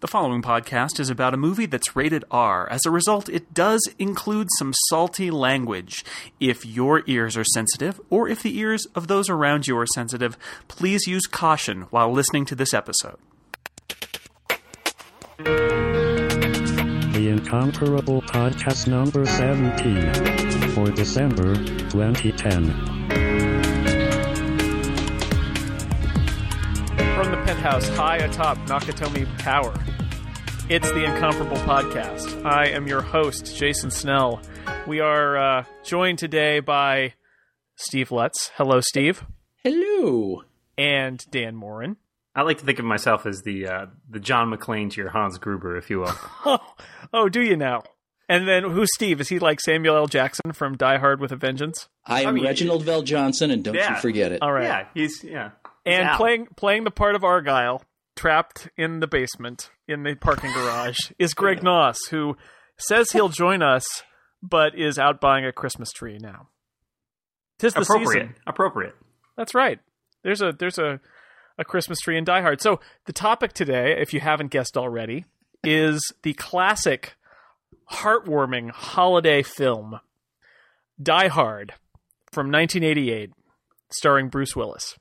The following podcast is about a movie that's rated R. As a result, it does include some salty language. If your ears are sensitive, or if the ears of those around you are sensitive, please use caution while listening to this episode. The Incomparable Podcast number 17 for December 2010. From the penthouse high atop Nakatomi Tower, it's the Incomparable Podcast. I am your host, Jason Snell. We are uh, joined today by Steve Lutz. Hello, Steve. Hello. And Dan Morin. I like to think of myself as the uh, the John McClane to your Hans Gruber, if you will. Oh, oh, do you now? And then who's Steve? Is he like Samuel L. Jackson from Die Hard with a Vengeance? I am mean- Reginald Vell Johnson, and don't Yeah. Uh, you forget it. All right. Yeah, he's yeah. and Al. playing playing the part of Argyle, trapped in the basement in the parking garage, is Greg Noss, who says he'll join us, but is out buying a Christmas tree now. Tis the appropriate, season. appropriate. That's right. There's a there's a a Christmas tree in Die Hard. So the topic today, if you haven't guessed already, is the classic, heartwarming holiday film, Die Hard, from 1988, starring Bruce Willis.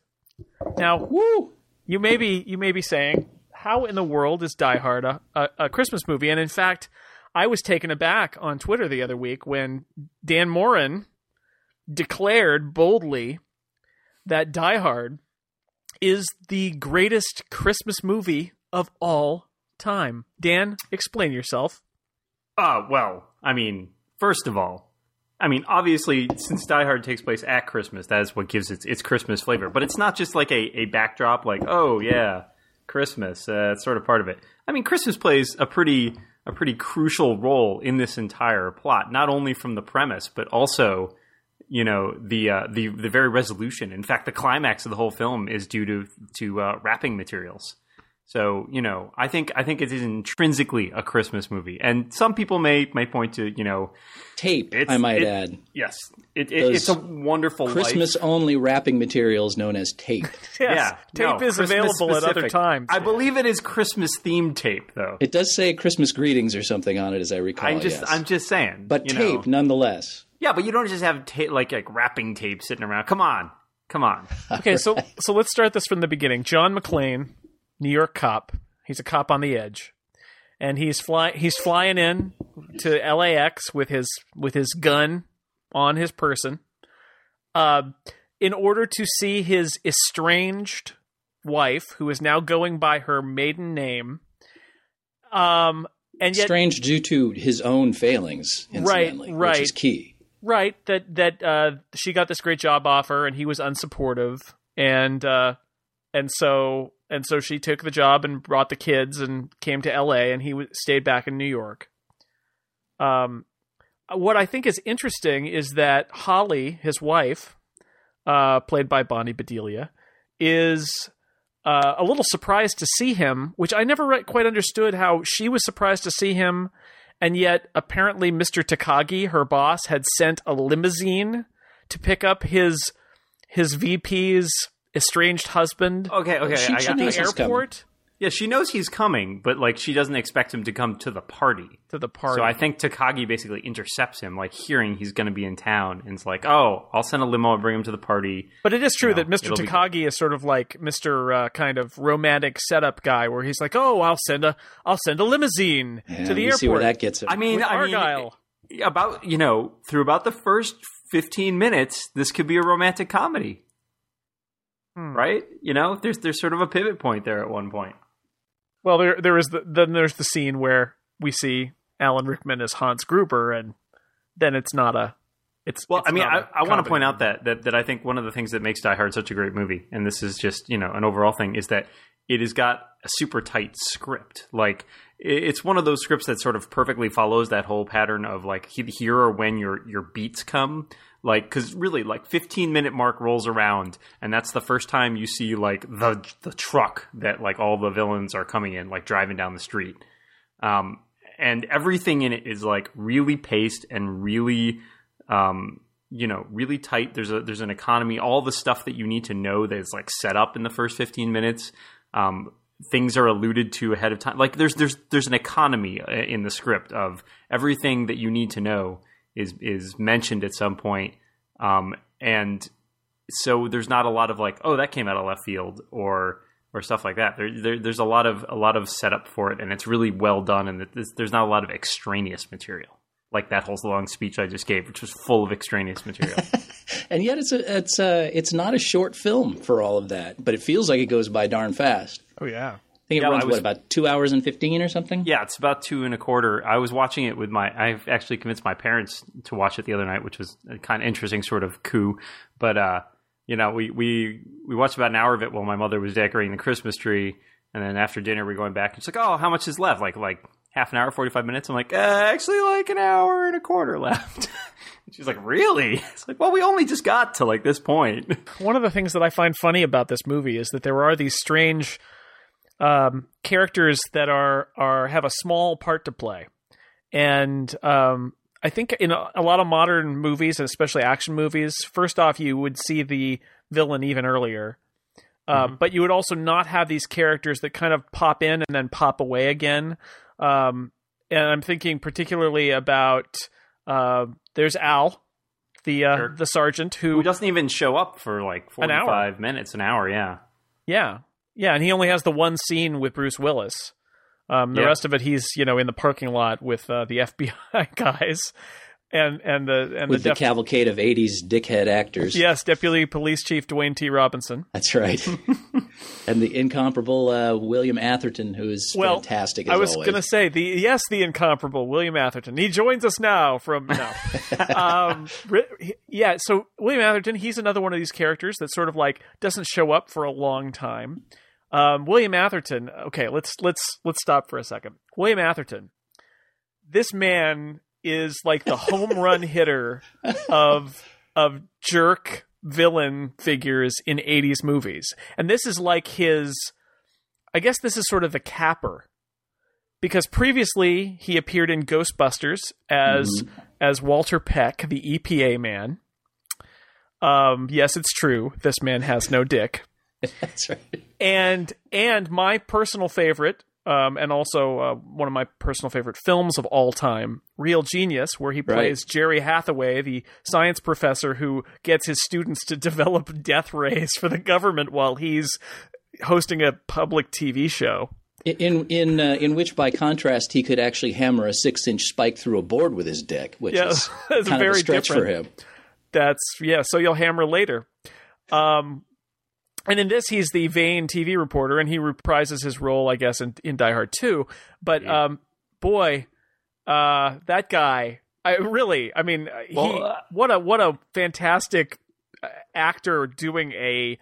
Now, Woo! you may be you may be saying, how in the world is Die Hard a, a, a Christmas movie? And in fact, I was taken aback on Twitter the other week when Dan Morin declared boldly that Die Hard is the greatest Christmas movie of all time. Dan, explain yourself. Uh, well, I mean, first of all, I mean, obviously, since Die Hard takes place at Christmas, that is what gives its its Christmas flavor. But it's not just like a, a backdrop, like oh yeah, Christmas. Uh, it's sort of part of it. I mean, Christmas plays a pretty a pretty crucial role in this entire plot, not only from the premise, but also you know the uh, the the very resolution. In fact, the climax of the whole film is due to to uh, wrapping materials. So you know, I think I think it is intrinsically a Christmas movie, and some people may may point to you know, Tape, It's- I might it- add. yes, it, it, it's a Those wonderful life. Christmas only wrapping materials known as tape. Yes, no, tape is Christmas available at other specific. times. I believe it is Christmas themed tape, though. It does say Christmas greetings or something on it, as I recall. I'm just yes. I'm just saying, but you know. tape, nonetheless. yeah, but you don't just have ta- like like wrapping tape sitting around. Come on, come on. Okay, so so let's start this from the beginning. John McClane, New York cop. He's a cop on the edge, and he's fly he's flying in to LAX with his with his gun on his person, uh, in order to see his estranged wife, who is now going by her maiden name. Um, and yet Strange due to his own failings, incidentally, right. which is key. Right, that that uh, she got this great job offer and he was unsupportive and uh, and so and so she took the job and brought the kids and came to L.A. and he w- stayed back in New York. Um, what I think is interesting is that Holly, his wife, uh, played by Bonnie Bedelia, is uh, a little surprised to see him, which I never re- quite understood how she was surprised to see him, and yet apparently Mr. Takagi, her boss, had sent a limousine to pick up his his VP's estranged husband Okay, okay. She- I she got at knows the he's coming. airport Yeah, she knows he's coming, but like she doesn't expect him to come to the party. to the party. So I think Takagi basically intercepts him, like hearing he's going to be in town, and is like, "Oh, I'll send a limo and bring him to the party." But it is true No, that Mr. it'll be Takagi is sort of like Mr. Uh, kind of romantic setup guy, where he's like, "Oh, I'll send a, I'll send a limousine Yeah, to the we airport." see where that gets him. I mean, with I mean, eh, Argyle. about you know, through about the first fifteen minutes, this could be a romantic comedy, Hmm. right? You know, there's there's sort of a pivot point there at one point. Well, there there is the, then there's the scene where we see Alan Rickman as Hans Gruber, and then it's not a it's Well, it's I mean, not I, a I want comedy. to point out that, that that I think one of the things that makes Die Hard such a great movie, and this is just you know an overall thing, is that it has got a super tight script. Like i- it's one of those scripts that sort of perfectly follows that whole pattern of like he- here or when your your beats come. Like because really, like fifteen minute mark rolls around, and that's the first time you see like the the truck that like all the villains are coming in, like driving down the street. Um, and everything in it is like really paced and really um, you know really tight there's a there's an economy all the stuff that you need to know that is like set up in the first 15 minutes um, things are alluded to ahead of time. Like there's there's there's an economy uh, in the script of everything that you need to know is is mentioned at some point. Um, and so there's not a lot of like, oh, that came out of left field or or stuff like that. There, there there's a lot of a lot of setup for it, and it's really well done. And that there's, there's not a lot of extraneous material like that whole long speech I just gave, which was full of extraneous material. and yet it's a, it's a, it's not a short film for all of that, but it feels like it goes by darn fast. Oh yeah. I think it Yeah, runs I was- what about two hours and fifteen or something. Yeah, it's about two and a quarter. I was watching it with my. I actually convinced my parents to watch it the other night, which was a kind of interesting sort of coup. But uh, you know, we we we watched about an hour of it while my mother was decorating the Christmas tree, and then after dinner we're going back. It's like, oh, how much is left? Like like half an hour, forty five minutes. I'm like, uh, actually, like an hour and a quarter left. She's like, really? It's like, well, we only just got to like this point. one of the things that I find funny about this movie is that there are these strange um, characters that are are have a small part to play, and um, I think in a, a lot of modern movies, and especially action movies, first off you would see the villain even earlier. Um, But you would also not have these characters that kind of pop in and then pop away again. Um, and I'm thinking particularly about uh, there's Al, the uh, Sure. the sergeant who Who doesn't even show up for like An forty hour. five minutes, an hour? Yeah. Yeah, yeah, and he only has the one scene with Bruce Willis. Um, the Yeah. rest of it, he's you know in the parking lot with uh, the FBI guys, and and the and With the, the def- cavalcade of '80s dickhead actors, yes, Deputy Police Chief Dwayne T. Robinson. that's right, and the incomparable uh, William Atherton, who is Well, fantastic. As I was always. gonna say the yes, the incomparable William Atherton. He joins us now from no, um, ri- he- yeah. So William Atherton, he's another one of these characters that sort of like doesn't show up for a long time. Um, William Atherton. Okay, let's let's let's stop for a second. William Atherton. This man is like the home run hitter of of jerk villain figures in 80s movies. And this is like his I guess this is sort of the capper because previously he appeared in Ghostbusters as Mm-hmm. as Walter Peck, the EPA man. Um, yes, it's true. This man has no dick. that's right. And and my personal favorite, um, and also uh, one of my personal favorite films of all time, Real Genius, where he Right. plays Jerry Hathaway, the science professor who gets his students to develop death rays for the government while he's hosting a public TV show. In in uh, in which, by contrast, he could actually hammer a six-inch spike through a board with his dick, which Yeah, is that's kind of very a stretch different. for him. That's yeah. So you'll hammer later. Um, and in this, he's the vain TV reporter, and he reprises his role, I guess, in, in Die Hard Two. But um, boy, uh, that guy, I really, I mean, uh, he, Well, uh, what a what a fantastic uh, actor doing a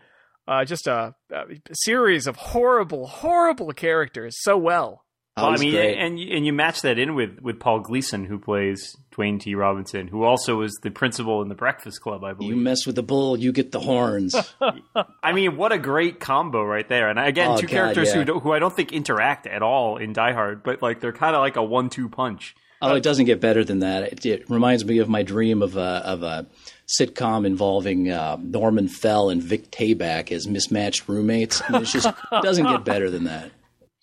uh, just a, a series of horrible, horrible characters so well. Oh, Well, I he's mean, great. and you- and you match that in with with Paul Gleason, who plays Dwayne T. Robinson, who also is the principal in the Breakfast Club, I you believe. mess with the bull, you get the horns. I mean, what a great combo right there! And again, Oh, two God, characters yeah. who do, who I don't think interact at all in Die Hard, but like they're kind of like a one-two punch. oh, it doesn't get better than that. It, it reminds me of my dream of a of a sitcom involving uh, Norman Fell and Vic Tayback as mismatched roommates. I mean, it just doesn't get better than that.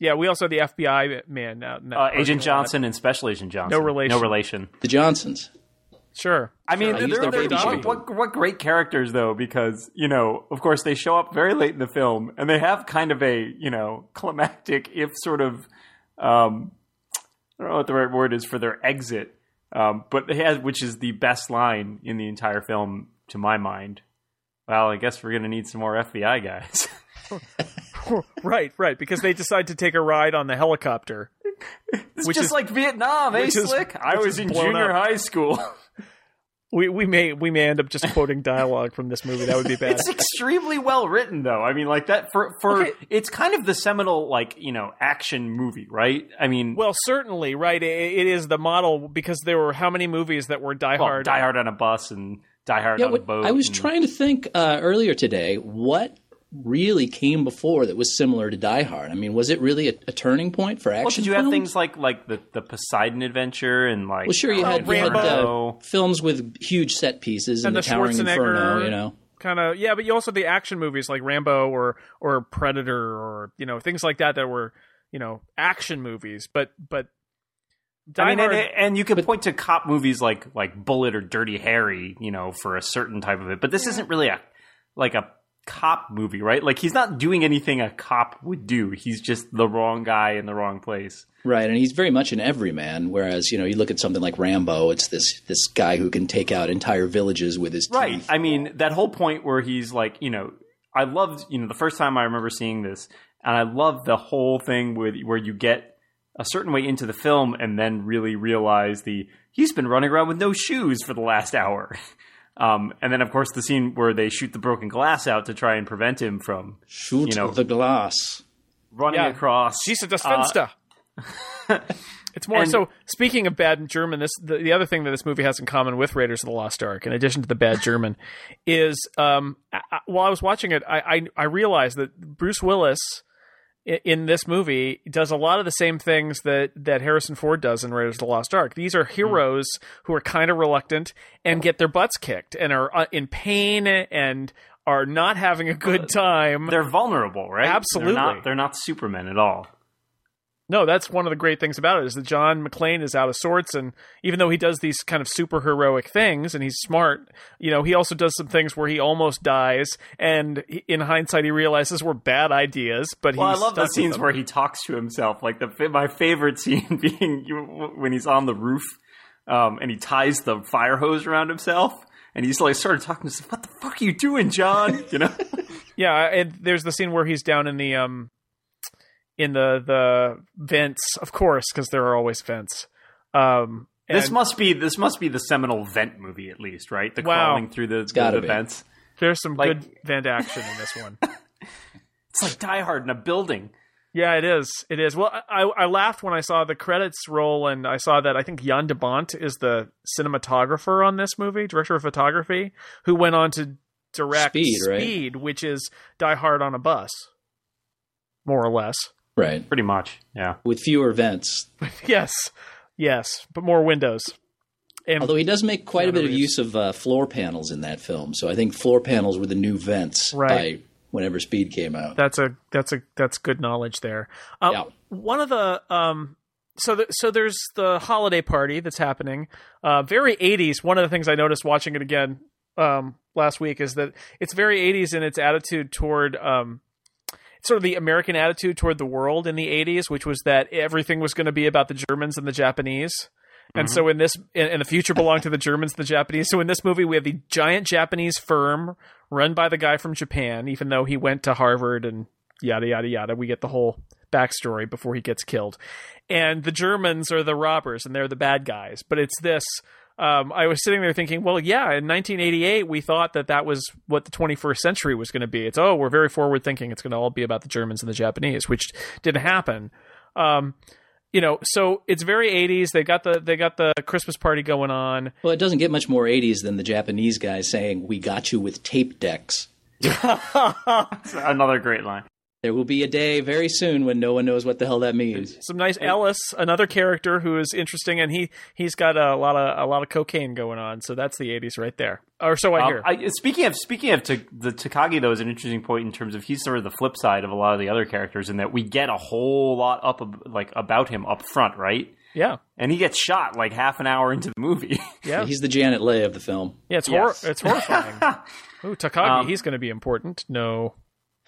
Yeah, we also have the FBI man now. Uh, Agent Johnson and Special Agent Johnson. relation. No relation. The Johnsons. Sure. I mean, I used they're, their they're- baby what, shampoo. what, what great characters though, because you know, of course, they show up very late in the film, and they have kind of a you know climactic, if sort of, um, I don't know what the right word is for their exit, um, but they had, which is the best line in the entire film to my mind. Well, I guess we're gonna need some more FBI guys. right, right, because they decide to take a ride on the helicopter. it's Which just is- like Vietnam, eh, which is- Slick? I which was is in blown junior up. high school. We we may we may end up just quoting dialogue from this movie. That would be bad. It's extremely well written, though. I mean, like that for for it's kind of the seminal, like you know, action movie, right? I mean, Well, certainly, right? i it is the model because there were how many movies that were Die well, Hard? Die Hard on a bus and Die Hard Yeah, on a what, boat. I was and- trying to think uh, earlier today what really came before that was similar to Die Hard. I mean, was it really a, a turning point for action? Well, did you have films? things like like the the Poseidon Adventure and like Well, sure, you had, you had, Rambo. Inferno. uh, films with huge set pieces and, And the, the Towering Inferno, Schwarzenegger- you know. kind of yeah, but you also the action movies like Rambo or or Predator or you know things like that that were you know action movies, but but Die I mean, and, Hard- and you could point to cop movies like like Bullet or Dirty Harry, you know, for a certain type of it. But this isn't really a like a cop movie, right? Like he's not doing anything a cop would do. He's just the wrong guy in the wrong place. Right, and he's very much an everyman. Whereas you know, you look at something like Rambo, it's this this guy who can take out entire villages with his Right. teeth. I mean, that whole point where he's like, you know, I loved, you know, the first time I remember seeing this, and I loved the whole thing with where you get a certain way into the film and then really realize the he's been running around with no shoes for the last hour. Um, and then, of course, the scene where they shoot the broken glass out to try and prevent him from Shoot you know- the glass. running Yeah. across. uh, She's a dispenser. it's more And- so. Speaking of bad German, this the, the other thing that this movie has in common with Raiders of the Lost Ark, in addition to the bad German, is um, I, I- while I was watching it, I, I I realized that Bruce Willis i- in this movie does a lot of the same things that that Harrison Ford does in Raiders of the Lost Ark. These are heroes who are kind of reluctant and get their butts kicked and are uh, in pain and are not having a good time. they're vulnerable, right? Absolutely. They're not, they're not Superman at all. No, that's one of the great things about it is that John McClane is out of sorts, and even though he does these kind of super heroic things and he's smart, you know, he also does some things where he almost dies, and he- in hindsight, he realizes were bad ideas. But Well, I he's love the stuck with scenes them. where he talks to himself. Like the fa- my favorite scene being you- when he's on the roof, um, and he ties the fire hose around himself, and he's like started talking to himself. What the fuck are you doing, John? You know, yeah, and there's the scene where he's down in the um in the the vents, of course, because there are always vents. Um, this and must be this must be the seminal vent movie at least, right? The Wow. crawling through the, gotta the be. vents. there's some like- good vent action in this one. It's like Die Hard in a building. Yeah, it is. It is. Well, I, I laughed when I saw the credits roll, and I saw that I think Jan de Bont is the cinematographer on this movie, director of photography, who went on to direct Speed, right? Speed, which is Die Hard on a Bus, more or less. Right, Pretty much, yeah. with fewer vents. yes, yes, but more windows. And Although he does make quite a bit of Another use of uh, floor panels in that film, so I think floor panels were the new vents Right. by whenever Speed came out. that's a that's a that's good knowledge there. Uh, Yeah. One of the um, so th- so there's the holiday party that's happening. Uh, very 80s. One of the things I noticed watching it again um last week is that it's very 80s in its attitude toward um sort of the American attitude toward the world in the 80s, which was that everything was going to be about the Germans and the Japanese. And so in this, and and the future belonged to the Germans, and the Japanese. So in this movie, we have the giant Japanese firm run by the guy from Japan, even though he went to Harvard and yada yada yada. We get the whole backstory before he gets killed, and the Germans are the robbers and they're the bad guys. But it's this. Um, I was sitting there thinking, well, yeah, in 1988 we thought that that was what the 21st century was going to be. It's oh, we're very forward thinking. It's going to all be about the Germans and the Japanese, which didn't happen. Um, you know, so it's very 80s. They got the they got the Christmas party going on. Well, it doesn't get much more 80s than the Japanese guy saying, We got you with tape decks. It's another great line. There will be a day very soon when no one knows what the hell that means. Some nice Ellis, another character who is interesting, and he he's got a lot of a lot of cocaine going on. So that's the 80s right there, or so I Um, hear. I, speaking of speaking of t- the Takagi though is an interesting point in terms of he's sort of the flip side of a lot of the other characters in that we get a whole lot up ab- like about him up front, right? yeah, And he gets shot like half an hour into the movie. yeah, He's the Janet Leigh of the film. yeah. It's Yes. hor- it's horrifying. Ooh, Takagi, he's going to be important. No,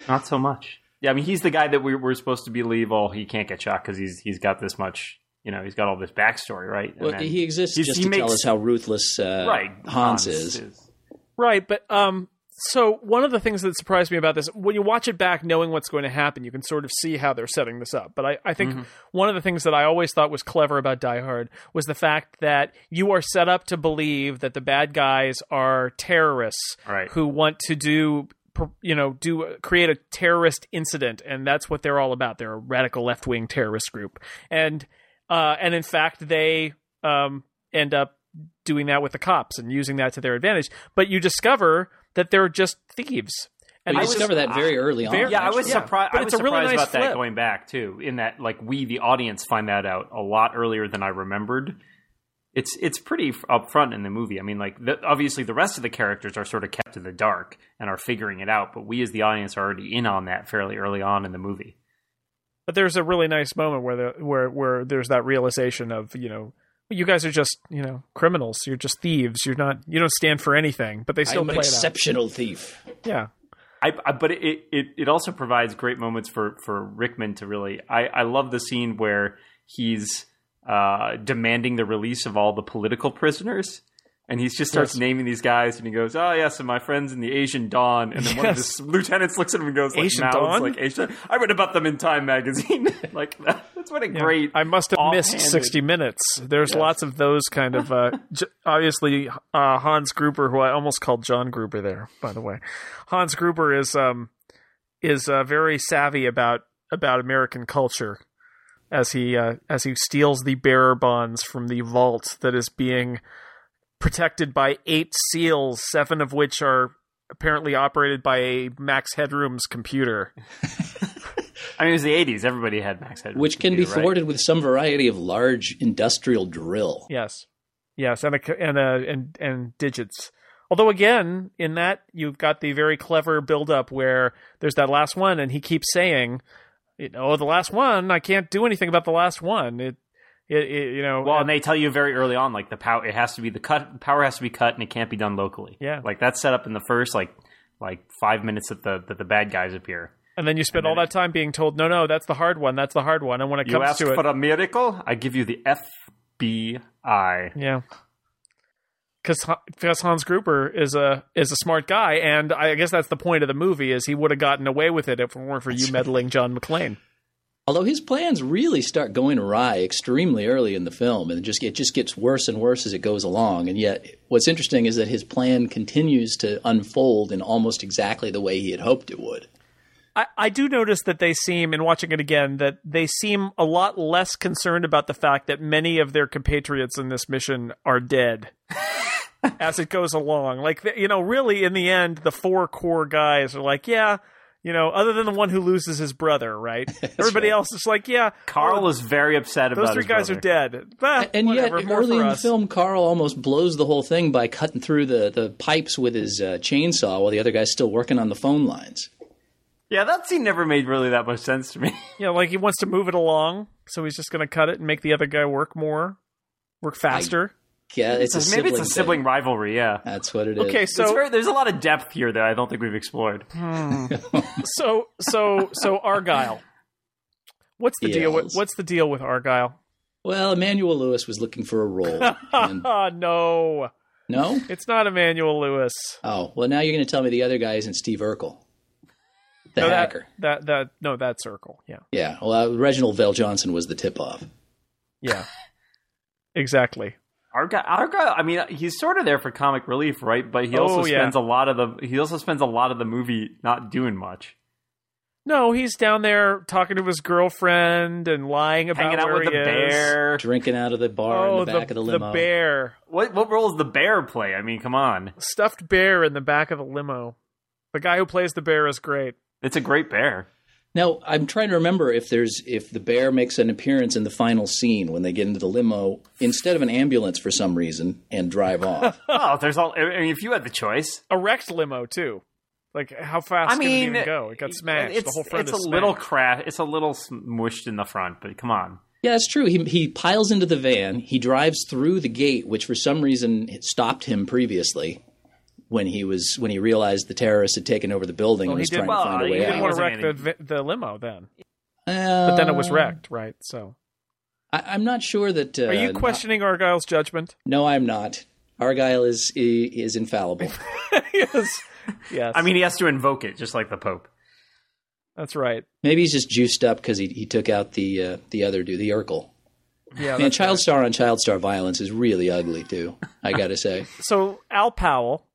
Not so much. Yeah, I mean he's the guy that we we're supposed to believe. Oh, he can't get shot because he's he's got this much. You know, he's got all this backstory, right? And Well, then- he exists he's- just he to tell makes- us how ruthless uh, right. Hans, is. Right, but um so one of the things that surprised me about this when you watch it back knowing what's going to happen, you can sort of see how they're setting this up. But I, I think one of the things that I always thought was clever about Die Hard was the fact that you are set up to believe that the bad guys are terrorists Right. who want to do per- you know do create a terrorist incident and that's what they're all about they're a radical left-wing terrorist group and uh, and in fact they um, end up doing that with the cops and using that to their advantage but you discover that they're just thieves We and I was- discover that very early on. very- Yeah, I was Yeah. surprised. But I it's was a really surprised nice about flip. that going back too. In that, like we, the audience, find that out a lot earlier than I remembered. it's it's pretty f- upfront in the movie. I mean, like the, obviously the rest of the characters are sort of kept in the dark and are figuring it out, but we as the audience are already in on that fairly early on in the movie. But there's a really nice moment where the where where there's that realization of you know you guys are just you know criminals. You're just thieves. You're not you don't stand for anything. But they still I'm an play it out. exceptional thief. Yeah, I, I but it, it it also provides great moments for for Rickman to really. I I love the scene where he's uh, demanding the release of all the political prisoners. And he just starts Yes. naming these guys, and he goes, "Oh yes, and my friends in the Asian Dawn." And then one of Yes. his lieutenants looks at him and goes, like, Asian mouths, Dawn? like Asian. I read about them in Time magazine. like that's what a Yeah. great. I must have missed offhanded- 60 minutes. There's lots of those kind of uh, j- obviously uh, Hans Gruber, who I almost called John Gruber there, by the way. Hans Gruber is um is uh, very savvy about about American culture as he uh, as he steals the bearer bonds from the vault that is being protected by eight seals, seven of which are apparently operated by a Max Headroom's computer. I mean, it was the '80s. Everybody had Max Headroom, which can be computer, right? thwarted with some variety of large industrial drill. Yes, yes, and a, and a, and and digits. Although again, in that you've got the very clever build up where there's that last one, and he keeps saying, you know, "Oh, the last one. I can't do anything about the last one. It, it, it you know. Well, and they tell you very early on, like the power, it has to be the cut, power has to be cut, and it can't be done locally. Yeah. like that's set up in the first like like five minutes that the that the bad guys appear. and then you spend all that time being told, no, no, that's the hard one. That's the hard one. And when it You comes ask to it, for a miracle, I give you the FBI. Yeah. Because Hans Gruber is a is a smart guy, and I guess that's the point of the movie is he would have gotten away with it if it weren't for you meddling, John McClane. Although his plans really start going awry extremely early in the film, and it just it just gets worse and worse as it goes along. And yet, what's interesting is that his plan continues to unfold in almost exactly the way he had hoped it would. I, I do notice that they seem, in watching it again, that they seem a lot less concerned about the fact that many of their compatriots in this mission are dead as it goes along. Like, th- you know, really, in the end, the four core guys are like, yeah, you know, other than the one who loses his brother, right? Everybody else is like, yeah, Carl is very upset those about three his guys brother. are dead. Bah, And Ah, whatever, yet, more early for in the us. film, Carl almost blows the whole thing by cutting through the, the pipes with his uh, chainsaw while the other guy's still working on the phone lines. Yeah, that scene never made really that much sense to me. Yeah, like he wants to move it along, so he's just going to cut it and make the other guy work more, work faster. Yeah, it's a sibling Maybe it's a thing. sibling rivalry. Yeah. That's what it is. Okay, It's so very- there's a lot of depth here that I don't think we've explored. so so so Argyle. What's the deal with Yes. what's the deal with Argyle? Well, Emmanuel Lewis was looking for a role. and- Ah, no. no? It's not Emmanuel Lewis. Oh, well, now you're going to tell me the other guy isn't Steve Urkel, the No, that, hacker. that that no, that circle. Yeah. Yeah, well, uh, Reginald Vell Johnson was the tip off. Yeah. exactly. Argyle, Argyle, I mean, he's sort of there for comic relief, right? But he Oh, also yeah. spends a lot of the he also spends a lot of the movie not doing much. No, he's down there talking to his girlfriend and lying about hanging out where with the he is. bear. Drinking out of the bar Oh, in the back of the limo. bear. What what role does the bear play? I mean, come on, Stuffed bear in the back of the limo. The guy who plays the bear is great. it's a great bear. Now, I'm trying to remember if there's if the bear makes an appearance in the final scene when they get into the limo instead of an ambulance for some reason and drive off. Oh, there's all. I mean, if you had the choice, A wrecked limo too. Like how fast I did mean, it even go? It got smashed. It's, the whole front it's is a little smashed. crash. It's a little smushed in the front, but come on. yeah, that's true. He he piles into the van. He drives through the gate, which for some reason had stopped him previously when he was when he realized the terrorists had taken over the building and he was did- trying well, to find a he way did didn't out. Yeah, want it to wreck wasn't the, vi- the limo then, Uh, but then it was wrecked, right? So, I, I'm not sure that. Uh, are you not- questioning Argyle's judgment? No, I'm not. Argyle is i- is infallible. yes, yes. I mean, he has to invoke it just like the Pope. that's right. Maybe he's just juiced up because he, he took out the uh, the other dude, the Urkel. Yeah. Man, that's- child star on child star violence is really ugly too. I gotta say, So Al Powell,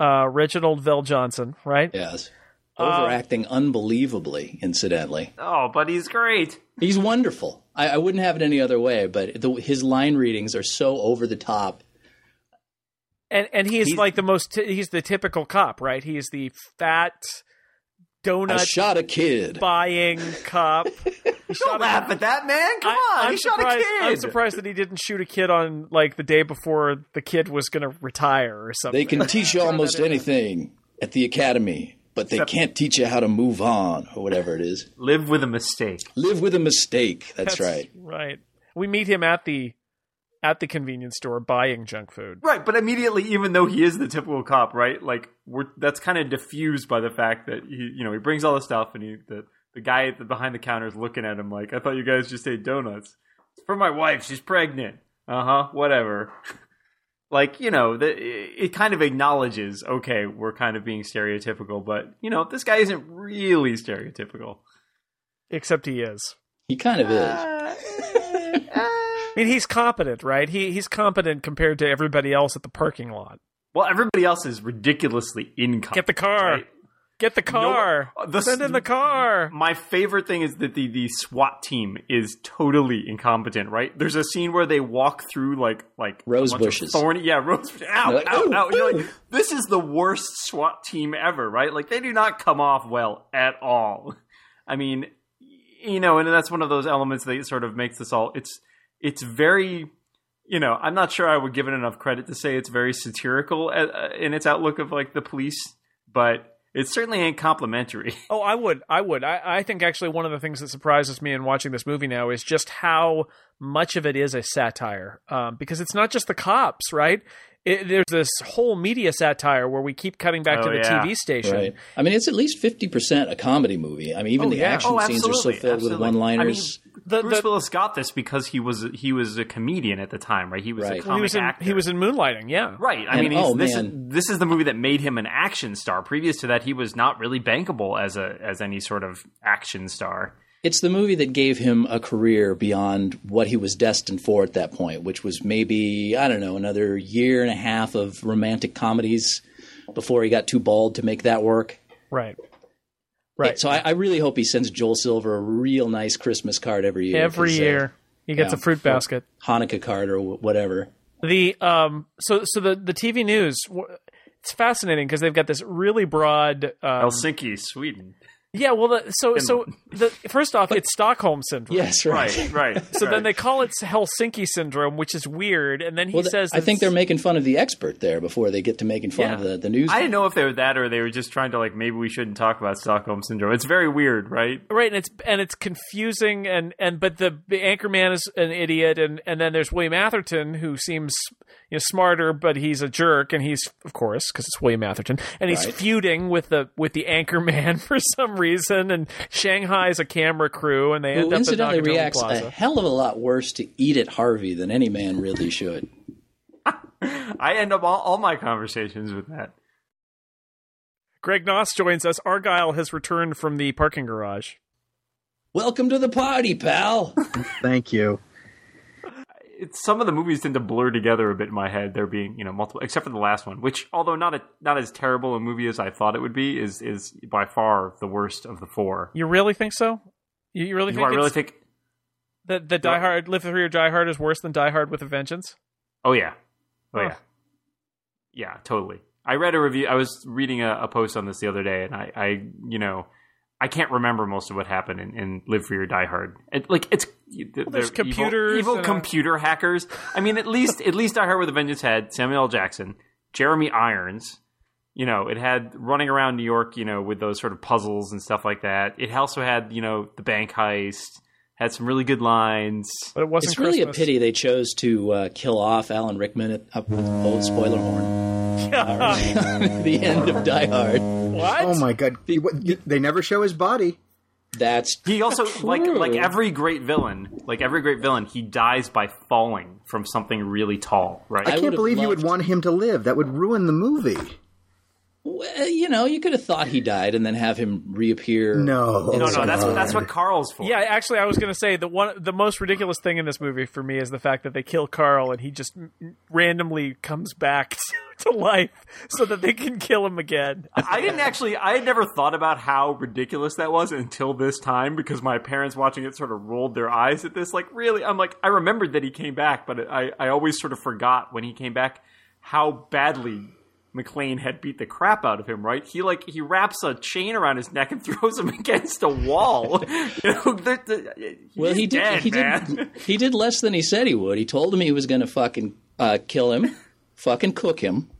uh, Reginald Vell Johnson, right? yes, Um, overacting unbelievably. Incidentally, Oh, but he's great. he's wonderful. I, I wouldn't have it any other way. But the, his line readings are so over the top. And and he's, He's- like the most. he's the typical cop, right? He's the fat I donut shot a kid. buying cop Don't laugh at that, man. Come I- on, I'm he shot a surprised, kid. I'm surprised that he didn't shoot a kid on like the day before the kid was going to retire or something. They can teach you almost anything at the academy, but they can't teach you how to move on or whatever it is. Live with a mistake. Live with a mistake. That's, right. Right. We meet him at the at the convenience store buying junk food. Right, but immediately, even though he is the typical cop, right? Like we're that's kind of diffused by the fact that he, you know, he brings all the stuff, and he the the guy at the, behind the counter is looking at him like, "I thought you guys just ate donuts." For my wife, she's pregnant. Uh huh. Whatever. like you know, the, it, it kind of acknowledges, okay, we're kind of being stereotypical, but you know, this guy isn't really stereotypical. Except he is. He kind of is. I mean, he's competent, right? He he's competent compared to everybody else at the parking lot. Well, everybody else is ridiculously incompetent. Get the car. right? Get the car. No- the- Send in the car. my favorite thing is that the, the SWAT team is totally incompetent, right? There's a scene where they walk through like like a Rose bunch of bushes. thorny, yeah, rose. Ow, They're like, ow, "Ooh, ow. You're ooh." like, this is the worst SWAT team ever, right? Like they do not come off well at all. I mean, you know, and that's one of those elements that sort of makes this all. It's it's very you know, I'm not sure I would give it enough credit to say it's very satirical uh, in its outlook of like the police, but it certainly ain't complimentary. Oh, I would. I would. I, I think actually one of the things that surprises me in watching this movie now is just how much of it is a satire. Um, because it's not just the cops, right? It, there's this whole media satire where we keep cutting back to Oh, the yeah. TV station. Right. I mean, it's at least 50% a comedy movie. I mean, even Oh, the yeah. action Oh, scenes are so absolutely, filled with absolutely. one liners. I mean, The- Bruce the- Willis got this because he was he was a comedian at the time, right? He was Right. a He comic He was in. actor. He was in Moonlighting. Yeah. right. I And, mean, he's, oh, this is man. this is the movie that made him an action star. Previous to that, he was not really bankable as a as any sort of action star. it's the movie that gave him a career beyond what he was destined for at that point, which was maybe, I don't know, another year and a half of romantic comedies before he got too bald to make that work. Right. Right. So I, I really hope he sends Joel Silver a real nice Christmas card every year. Every 'cause, uh, year he gets yeah. a fruit basket. Hanukkah card or wh- whatever. The um. So so the the TV news. wh- It's fascinating because they've got this really broad. Um, Helsinki, Sweden. yeah. Well. The, so so the first off, it's Stockholm syndrome. Yes, right. Right. Right. So then they call it Helsinki syndrome, which is weird. And then he Well, th- says, I think it's- they're making fun of the expert there before they get to making fun Yeah. of the, the news. I didn't know if they were that or they were just trying to like maybe we shouldn't talk about Stockholm syndrome. It's very weird, right? right, and it's and it's confusing, and and but the, the anchorman is an idiot, and and then there's William Atherton who seems you know smarter, but he's a jerk, and he's of course because it's William Atherton, and he's Right. feuding with the with the anchorman for some reason, and Shanghai's a camera crew, and they who end up in incidentally Nakatomi reacts Plaza. a hell of a lot worse to eat at Harvey than any man really should. I end up all, all my conversations with that. Greg Noss joins us. Argyle has returned from the parking garage. Welcome to the party, pal. Thank you. it's some of the movies tend to blur together a bit in my head. There being you know multiple, except for the last one, which although not a, not as terrible a movie as I thought it would be, is is by far the worst of the four. You really think so? You, you really Do think I really it's- think? that the Die Hard, Live Free or Die Hard is worse than Die Hard with a Vengeance? Oh yeah, oh Huh. yeah, yeah, totally. I read a review. I was reading a, a post on this the other day, and I, I you know. I can't remember most of what happened in, in Live Free or Die Hard. It, like it's there's they're evil- computers evil, and, uh, computer hackers. I mean, at least at least Die Hard with a Vengeance had Samuel L. Jackson, Jeremy Irons, you know, it had running around New York, you know, with those sort of puzzles and stuff like that. It also had, you know, the bank heist, had some really good lines. But it wasn't. it's really Christmas. a pity they chose to uh, kill off Alan Rickman at up with old spoiler horn. the end of Die Hard. What? Oh my god, He- what- they never show his body. That's He also like like every great villain, like every great villain, he dies by falling from something really tall, right? I, can't would've believe you would loved- want him to live. That would ruin the movie. well, you know you could have thought he died and then have him reappear. No. in no, no, some- that's what that's what Carl's for. Yeah, actually, I was going to say the one, the most ridiculous thing in this movie for me is the fact that they kill Carl and he just m- randomly comes back to life so that they can kill him again. I didn't actually. I had never thought about how ridiculous that was until this time because my parents watching it sort of rolled their eyes at this. Like, really? I'm like, I remembered that he came back, but I, I always sort of forgot when he came back how badly McLean had beat the crap out of him, right? He like he wraps a chain around his neck and throws him against a wall. you know, the, the, Well, he's he did. dead, he man. did. He did less than he said he would. He told him he was going to fucking uh, kill him, fucking cook him,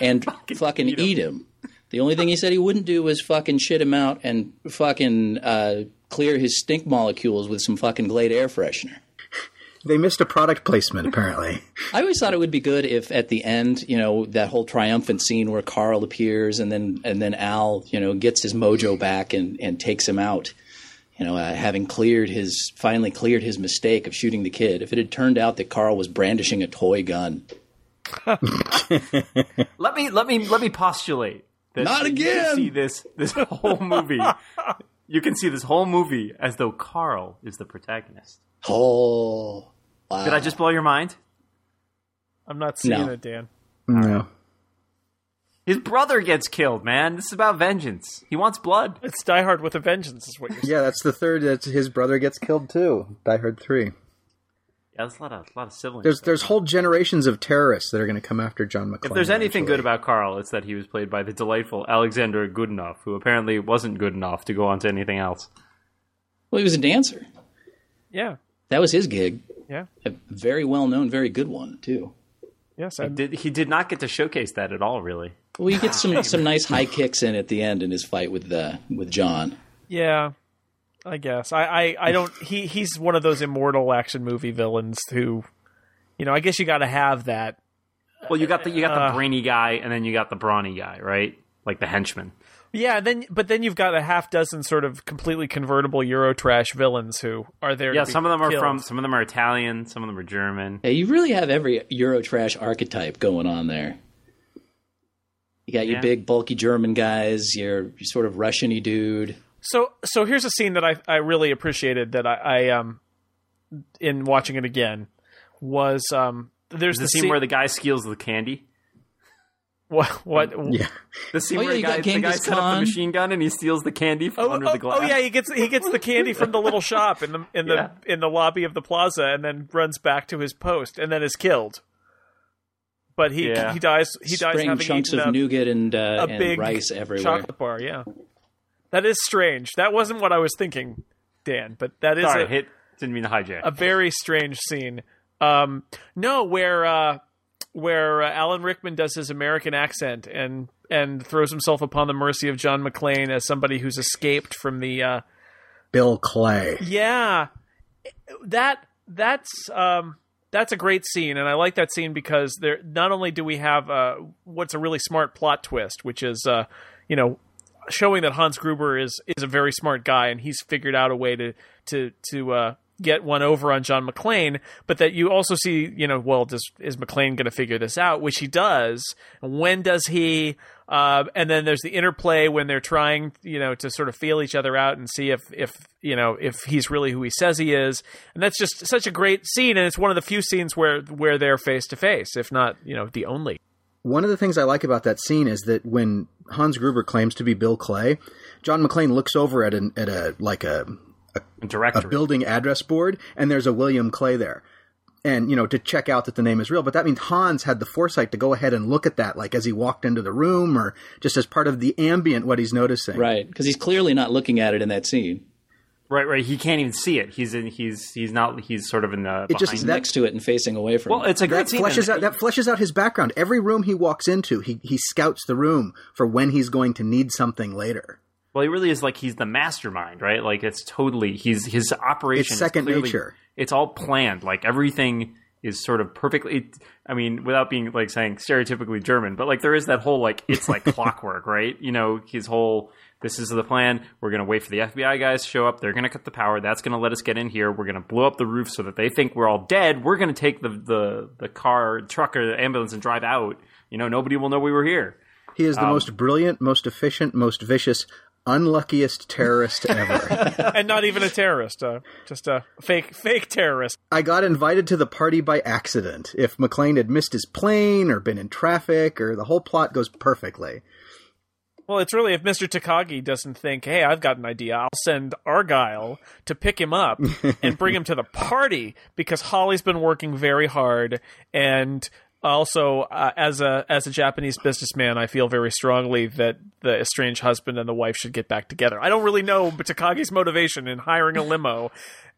and fucking, eat, him. The only thing he said he wouldn't do was fucking shit him out and fucking uh, clear his stink molecules with some fucking Glade air freshener. They missed a product placement, apparently. I always thought it would be good if at the end, you know, that whole triumphant scene where Carl appears and then and then Al, you know, gets his mojo back and and takes him out. You know, uh, having cleared his finally cleared his mistake of shooting the kid. If it had turned out that Carl was brandishing a toy gun, Let me let me let me postulate. That Not you can again! See this this whole movie. you can see this whole movie as though Carl is the protagonist. oh, wow. Did I just blow your mind? I'm not seeing No. it, Dan. no. His brother gets killed, man. This is about vengeance. He wants blood. It's Die Hard with a Vengeance, is what you're saying. Yeah, that's the third. That's his brother gets killed too. Die Hard Three. Yeah, there's a lot of a lot of siblings. There's there's whole generations of terrorists that are going to come after John McClane. If there's anything eventually. good about Carl, it's that he was played by the delightful Alexander Goodenough, who apparently wasn't good enough to go on to anything else. well, he was a dancer. Yeah. That was his gig. Yeah. A very well known, very good one too. Yes. I, Did, he did not get to showcase that at all, really. Well, he gets some some nice high kicks in at the end in his fight with uh, with John. yeah. I guess. I, I, I don't. He, he's one of those immortal action movie villains who, you know, I guess you got to have that. Well, you got the you got Uh, the brainy guy, and then you got the brawny guy, right? Like the henchman. Yeah, then but then you've got a half dozen sort of completely convertible Euro trash villains who are there. Yeah, to be some of them are killed. from some of them are Italian, some of them are German. Yeah, you really have every Eurotrash archetype going on there. You got your Yeah. big bulky German guys, your, your sort of Russiany dude. So so here's a scene that I I really appreciated that I, I um in watching it again was um there's There's the, the scene where the guy steals the candy. what, what Yeah. The scene Oh, yeah, where the you guy, got the guy Genghis set up Khan. the machine gun and he steals the candy from Oh, under oh, the glass. oh, yeah, he gets he gets the candy from the little shop in the in the Yeah. in the lobby of the plaza, and then runs back to his post, and then is killed. But he Yeah. he dies he dies Spraying having chunks eaten of a- nougat and, uh, a and big rice everywhere. chocolate bar. Yeah, that is strange. That wasn't what I was thinking, Dan. But that is Sorry, a, hit didn't mean to hijack. Uh, a very strange scene. Um, no, where uh, where uh, Alan Rickman does his American accent and and throws himself upon the mercy of John McClane as somebody who's escaped from the uh, Bill Clay. yeah that that's um that's a great scene and i like that scene because there not only do we have uh what's a really smart plot twist which is uh you know showing that hans gruber is is a very smart guy and he's figured out a way to to to uh get one over on john mcclane but that you also see you know well does is mcclane going to figure this out which he does when does he uh, and then there's the interplay when they're trying, you know, to sort of feel each other out and see if, if you know, if he's really who he says he is. And that's just such a great scene, and it's one of the few scenes where where they're face to face, if not, you know, the only. One of the things I like about that scene is that when Hans Gruber claims to be Bill Clay, John McClane looks over at an at a like a a Director. building address board and there's a William Clay there. And you know to check out that the name is real, but that means Hans had the foresight to go ahead and look at that, like as he walked into the room, or just as part of the ambient what he's noticing. Right, because he's clearly not looking at it in that scene. right, right. He can't even see it. He's in he's he's not he's sort of in the It just behind- He's that next to it and facing away from Well, it. it's a great that scene. fleshes and- out that fleshes out his background. Every room he walks into, he he scouts the room for when he's going to need something later. Well, he really is like he's the mastermind, right? Like it's totally he's his operation. It's is second clearly- nature. It's all planned. Like everything is sort of perfectly. It, I mean, without being like saying stereotypically German, but like there is that whole like it's like clockwork, right? You know, his whole this is the plan. We're gonna wait for the FBI guys to show up. They're gonna cut the power. That's gonna let us get in here. We're gonna blow up the roof so that they think we're all dead. We're gonna take the the the car, truck, or the ambulance and drive out. You know, nobody will know we were here. He is the most brilliant, most efficient, most vicious, unluckiest terrorist ever. and not even a terrorist, uh, just a fake fake terrorist. I got invited to the party by accident. If McLean had missed his plane or been in traffic or the whole plot goes perfectly. Well, it's really if Mr. Takagi doesn't think, hey, I've got an idea, I'll send Argyle to pick him up and bring him to the party because Holly's been working very hard and also uh, as a as a Japanese businessman, I feel very strongly that the estranged husband and the wife should get back together. I don't really know Takagi's motivation in hiring a limo,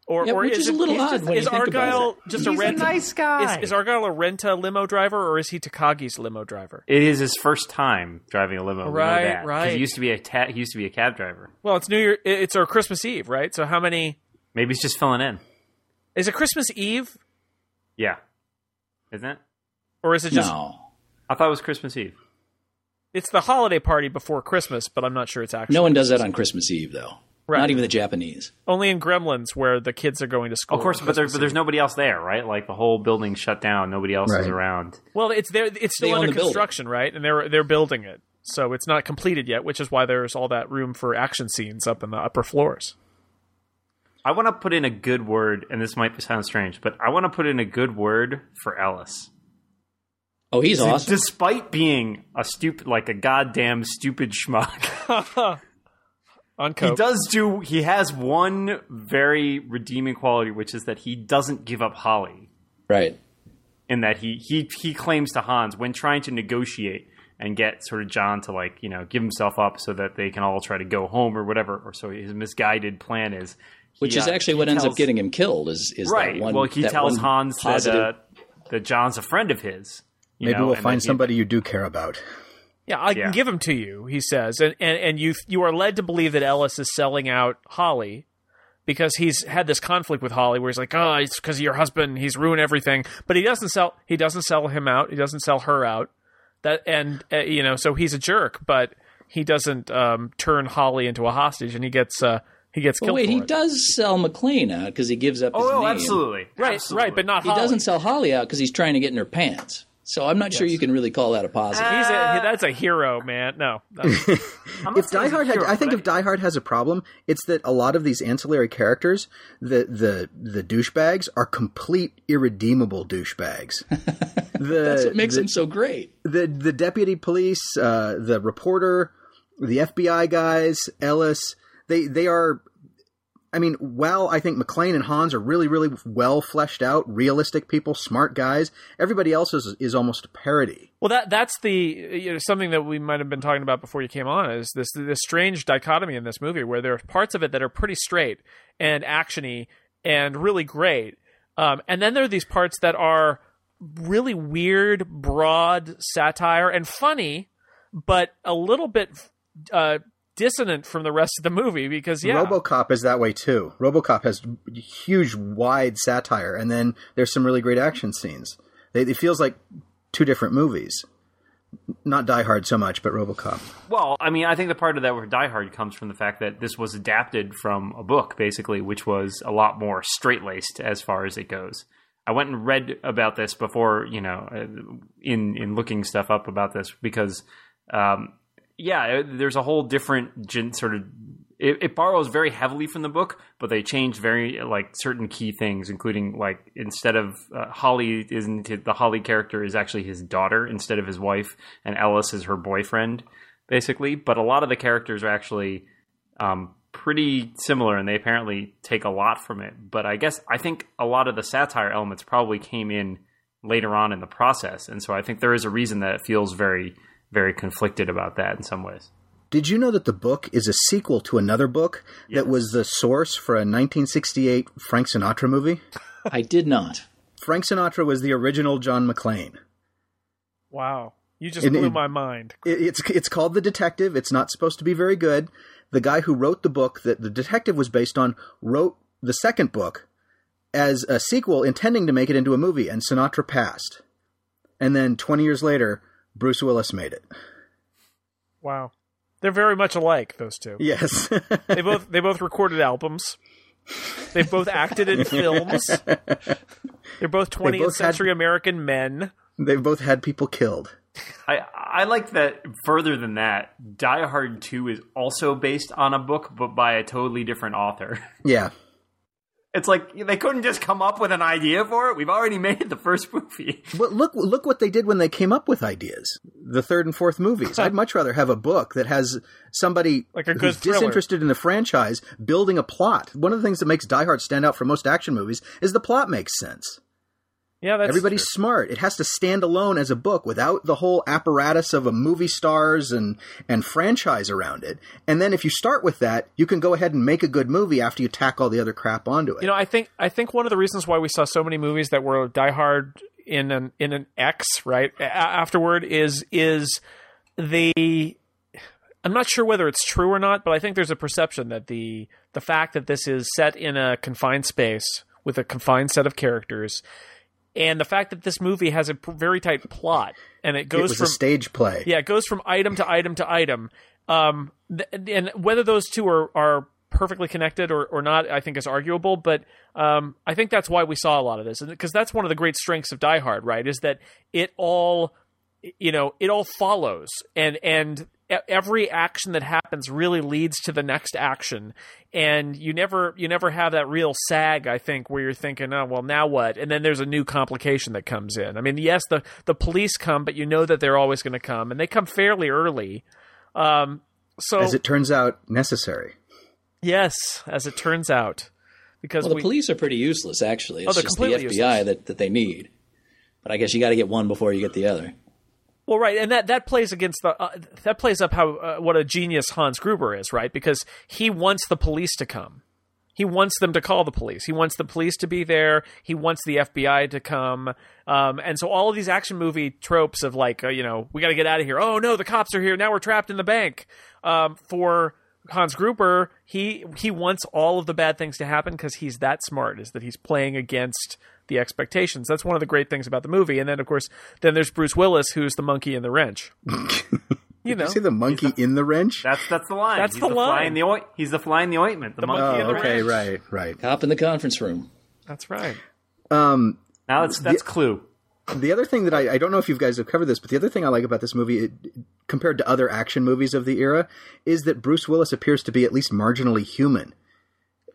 or, Yeah, or which is a it- little is- odd when you is think about Argyle it. just He's a a rent nice guy. Is, is Argyle a renta limo driver, or is he Takagi's limo driver? It is his first time driving a limo. we know Right, that, 'cause right. He used to be a ta- he used to be a cab driver. Well, it's New Year. it- It's or Christmas Eve, right? So how many? Maybe he's just filling in. Is it Christmas Eve, Yeah, isn't it? or is it just no. I thought it was Christmas Eve. it's the holiday party before Christmas? But I'm not sure it's actually No one does that on Christmas Eve, though. Right. Not even the Japanese. only in Gremlins where the kids are going to school. Of course, but, there, but there's nobody else there, right? Like the whole building shut down. Nobody else is Right. around. Well, it's there. It's still They own under the building. construction, right? And they're they're building it, so it's not completed yet, which is why there's all that room for action scenes up in the upper floors. I want to put in a good word, and this might sound strange, but I want to put in a good word for Ellis. Oh, he's awesome. Despite being a stupid, like a goddamn stupid schmuck, On he coke. does do. He has one very redeeming quality, which is that he doesn't give up Holly. right. in that he he he claims to Hans when trying to negotiate and get sort of John to like you know give himself up so that they can all try to go home or whatever, or so his misguided plan is. Which He, is uh, actually he what ends tells- up getting him killed. Is is right. That one, well, he that tells one Hans positive- that uh, that John's a friend of his. you Maybe know, we'll and find that he- somebody you do care about. yeah, I can yeah. give them to you, he says, and and and you you are led to believe that Ellis is selling out Holly. Because he's had this conflict with Holly, where he's like, "Oh, it's because of your husband. He's ruined everything." But he doesn't sell. He doesn't sell him out. He doesn't sell her out. That and uh, you know, so he's a jerk. But he doesn't um, turn Holly into a hostage, and he gets uh, he gets But killed. Oh, wait, for he it. does sell McLean out because he gives up his Oh, name. absolutely. Right, absolutely. right, but not He Holly. doesn't sell Holly out because he's trying to get in her pants. So I'm not sure you can really call that a positive. He's a, that's a hero, man. No, that's- I'm not saying if Die he's a Hard had, hero, I think but if Die Hard has a problem, it's that a lot of these ancillary characters, the the the douchebags, are complete irredeemable douchebags. The, That's what makes him so great. the the deputy police, uh, the reporter, the FBI guys, Ellis, they they are. I mean, while I think McLean and Hans are really, really well fleshed out, realistic people, smart guys, everybody else is is almost a parody. well, that that's the you know, something that we might have been talking about before you came on is this this strange dichotomy in this movie where there are parts of it that are pretty straight and actiony and really great, um, and then there are these parts that are really weird, broad satire and funny, but a little bit uh, dissonant from the rest of the movie because yeah, RoboCop is that way too. RoboCop has huge, wide satire, and then there's some really great action scenes. They, it feels like two different movies. Not Die Hard so much, but RoboCop. Well, I mean, I think the part of that where Die Hard comes from the fact that this was adapted from a book, basically, which was a lot more straight laced as far as it goes. I went and read about this before, you know, uh, in in looking stuff up about this because, um, yeah, it- there's a whole different gen- sort of. It, it borrows very heavily from the book, but they changed very like certain key things, including like instead of uh, Holly isn't the Holly character is actually his daughter instead of his wife, and Ellis is her boyfriend basically. But a lot of the characters are actually um, pretty similar, and they apparently take a lot from it. But I guess I think a lot of the satire elements probably came in later on in the process, and so I think there is a reason that it feels very, very conflicted about that in some ways. Did you know that the book is a sequel to another book that was the source for a 1968 Frank Sinatra movie? I did not. Frank Sinatra was the original John McClane. wow, you just And blew it- my mind. It- it's it's called the detective it's not supposed to be very good the guy who wrote the book that the detective was based on wrote the second book as a sequel intending to make it into a movie and sinatra passed and then 20 years later bruce willis made it Wow, they're very much alike. Those two. yes they both they both recorded albums. They've both acted in films. They're both 20th both had- century American men. they've both had people killed I I like that. Further than that, Die Hard Two is also based on a book, but by a totally different author. yeah It's like they couldn't just come up with an idea for it. We've already made the first movie. but look look what they did when they came up with ideas the third and fourth movies i'd much rather have a book that has somebody Like a good who's thriller. disinterested in the franchise building a plot one of the things that makes die hard stand out from most action movies is the plot makes sense Yeah, that's Everybody's smart. It has to stand alone as a book without the whole apparatus of a movie stars and and franchise around it. And then if you start with that, you can go ahead and make a good movie after you tack all the other crap onto it. You know, I think I think one of the reasons why we saw so many movies that were Die Hard in an in an X right a- afterward is is the I'm not sure whether it's true or not, but I think there's a perception that the the fact that this is set in a confined space with a confined set of characters, and the fact that this movie has a p- very tight plot and it it goes was from a stage play. yeah, it goes from item to item to item. Um, th- and whether those two are, are perfectly connected or, or not, I think is arguable. But um, I think that's why we saw a lot of this, because that's one of the great strengths of Die Hard, right? Is that it all, you know, it all follows, and and e- every action that happens really leads to the next action, and you never you never have that real sag. I think where you're thinking, oh well, now what? And then there's a new complication that comes in. I mean, yes, the the police come, but you know that they're always going to come, and they come fairly early. Um, so As it turns out, necessary. Yes, as it turns out, because Well, the we, police are pretty useless, actually. Oh, It's they're just the FBI completely that that they need. But I guess you got to get one before you get the other. well, right, and that that plays against the uh, that plays up how uh, what a genius Hans Gruber is, right? Because he wants the police to come. He wants them to call the police. He wants the police to be there. He wants the FBI to come. Um, and so all of these action movie tropes of like, uh, you know, we got to get out of here. Oh no, the cops are here. Now we're trapped in the bank. Um, for Hans Gruber, he he wants all of the bad things to happen because he's that smart. Is that he's playing against the expectations. That's one of the great things about the movie. And then of course, then there's Bruce Willis, who's the monkey in the wrench. you know, See the monkey in the wrench? That's that's the line. That's he's the Fly line. in the oi- he's the fly in the ointment. The, monkey. monkey oh, in the okay, wrench. right, right. Cop in the conference room. that's right. Um, Now that's that's Clue. the other thing that I, I don't know if you guys have covered this, but the other thing I like about this movie, it, compared to other action movies of the era, is that Bruce Willis appears to be at least marginally human.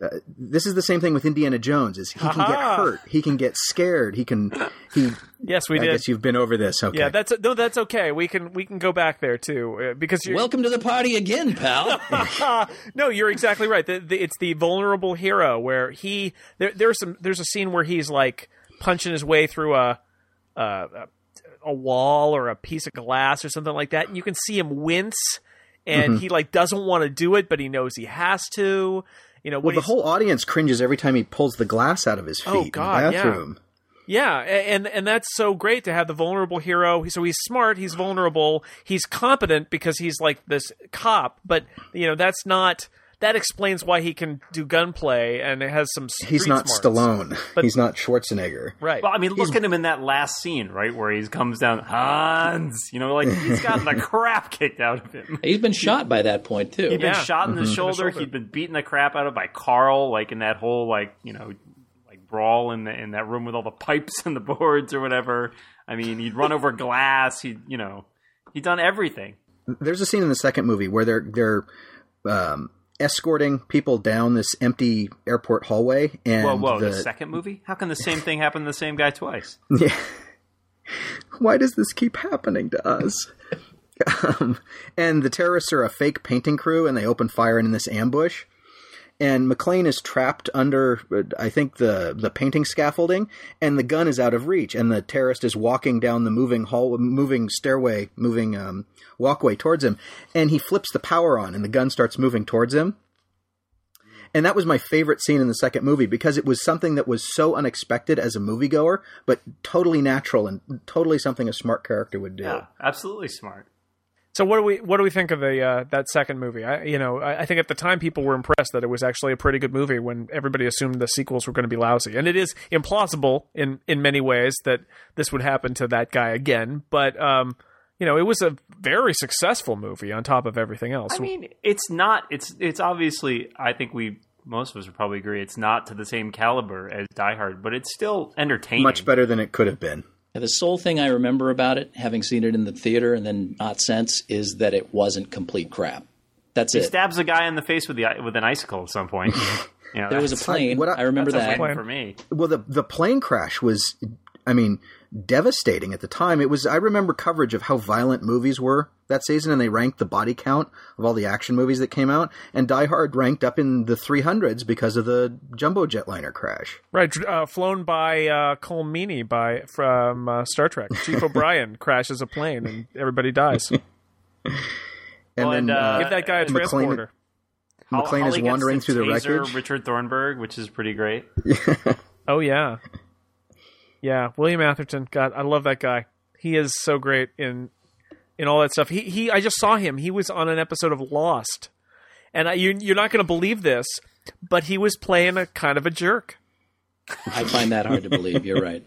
Uh, this is the same thing with Indiana Jones: is he can get Ha-ha. hurt, he can get scared, he can. He, Yes, we I did. guess you've been over this, okay? Yeah, that's no, that's okay. We can we can go back there too uh, because you're Welcome to the party again, pal. no, you're exactly right. The, the, it's the vulnerable hero where he there, there's some there's a scene where he's like punching his way through a, a a wall or a piece of glass or something like that, and you can see him wince, and Mm-hmm. he like doesn't want to do it, but he knows he has to. You know, well, when the he's- whole audience cringes every time he pulls the glass out of his feet Oh, in God, the yeah. bathroom. Yeah, a- and and that's so great to have the vulnerable hero. So he's smart, he's vulnerable, he's competent because he's like this cop, but you know, that's not that explains why he can do gunplay and it has some street He's not smarts. Stallone. But- He's not Schwarzenegger. Right. Well, I mean, look at him in that last scene, right, where he comes down, Hans. You know, like he's gotten the crap kicked out of him. He's been shot by that point too. He'd been Yeah. shot in the, shoulder. He'd been beaten the crap out of by Carl, like in that whole like you know like brawl in the in that room with all the pipes and the boards or whatever. I mean, he'd run over glass. He would you know he'd done everything. there's a scene in the second movie where they're they're um, escorting people down this empty airport hallway, and Whoa, whoa! The, the- second movie? How can the same thing happen to the same guy twice? Yeah. Why does this keep happening to us? um, and the terrorists are a fake painting crew, and they open fire in this ambush. And McLean is trapped under, uh, I think the the painting scaffolding, and the gun is out of reach. And the terrorist is walking down the moving hall, moving stairway, moving um, walkway towards him, and he flips the power on, and the gun starts moving towards him and that was my favorite scene in the second movie because it was something that was so unexpected as a moviegoer, but totally natural and totally something a smart character would do. Yeah, absolutely smart. So what do we what do we think of the uh, that second movie? I you know I, I think at the time people were impressed that it was actually a pretty good movie when everybody assumed the sequels were going to be lousy, and it is implausible in in many ways that this would happen to that guy again. But um, you know it was a very successful movie on top of everything else. I mean, it's not. It's it's obviously. I think we most of us would probably agree it's not to the same caliber as Die Hard, but it's still entertaining. Much better than it could have been. And the sole thing I remember about it, having seen it in the theater and then not since, is that it wasn't complete crap. That's He it. stabs a guy in the face with the with an icicle at some point. you know, There was a plane. what I- I, remember that's that. a win for me. Well, the the plane crash was, I mean, devastating at the time. It was. I remember coverage of how violent movies were that season and they ranked the body count of all the action movies that came out. And Die Hard ranked up in the 300s because of the jumbo jetliner crash. Right, uh, flown by uh, Cole Meany by from uh, Star Trek. Chief O'Brien crashes a plane and everybody dies. Give And Well, then and, uh, that guy a McLean- transporter. Hol- McLean Holly is gets wandering to through the taser wreckage. Richard Thornburg, which is pretty great. Oh yeah, yeah. William Atherton. God, I love that guy. He is so great in in all that stuff. He he. I just saw him. He was on an episode of Lost, and I, you, you're not going to believe this, but he was playing a kind of a jerk. I find that hard to believe. You're right.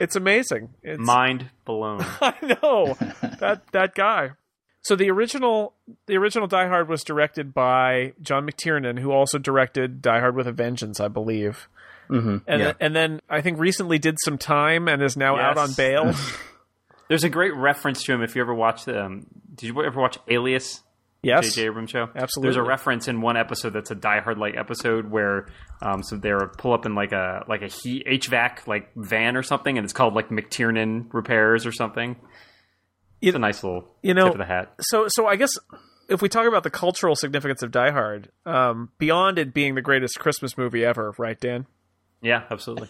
It's amazing. It's, Mind blown. I know that that guy. So the original the original Die Hard was directed by John McTiernan, who also directed Die Hard with a Vengeance, I believe. Mm-hmm, and yeah. and then I think recently did some time and is now out Yes. on bail. There's a great reference to him if you ever watched. Um, did you ever watch Alias? yes, J.J. Abrams show. Absolutely. There's a reference in one episode that's a Die Hard like episode where um, so they're pull up in like a like a he, HVAC like van or something, and it's called like McTiernan Repairs or something. It's a nice little you know- tip of the hat. so so I guess if we talk about the cultural significance of Die Hard, um, beyond it being the greatest Christmas movie ever, right, Dan? Yeah, absolutely.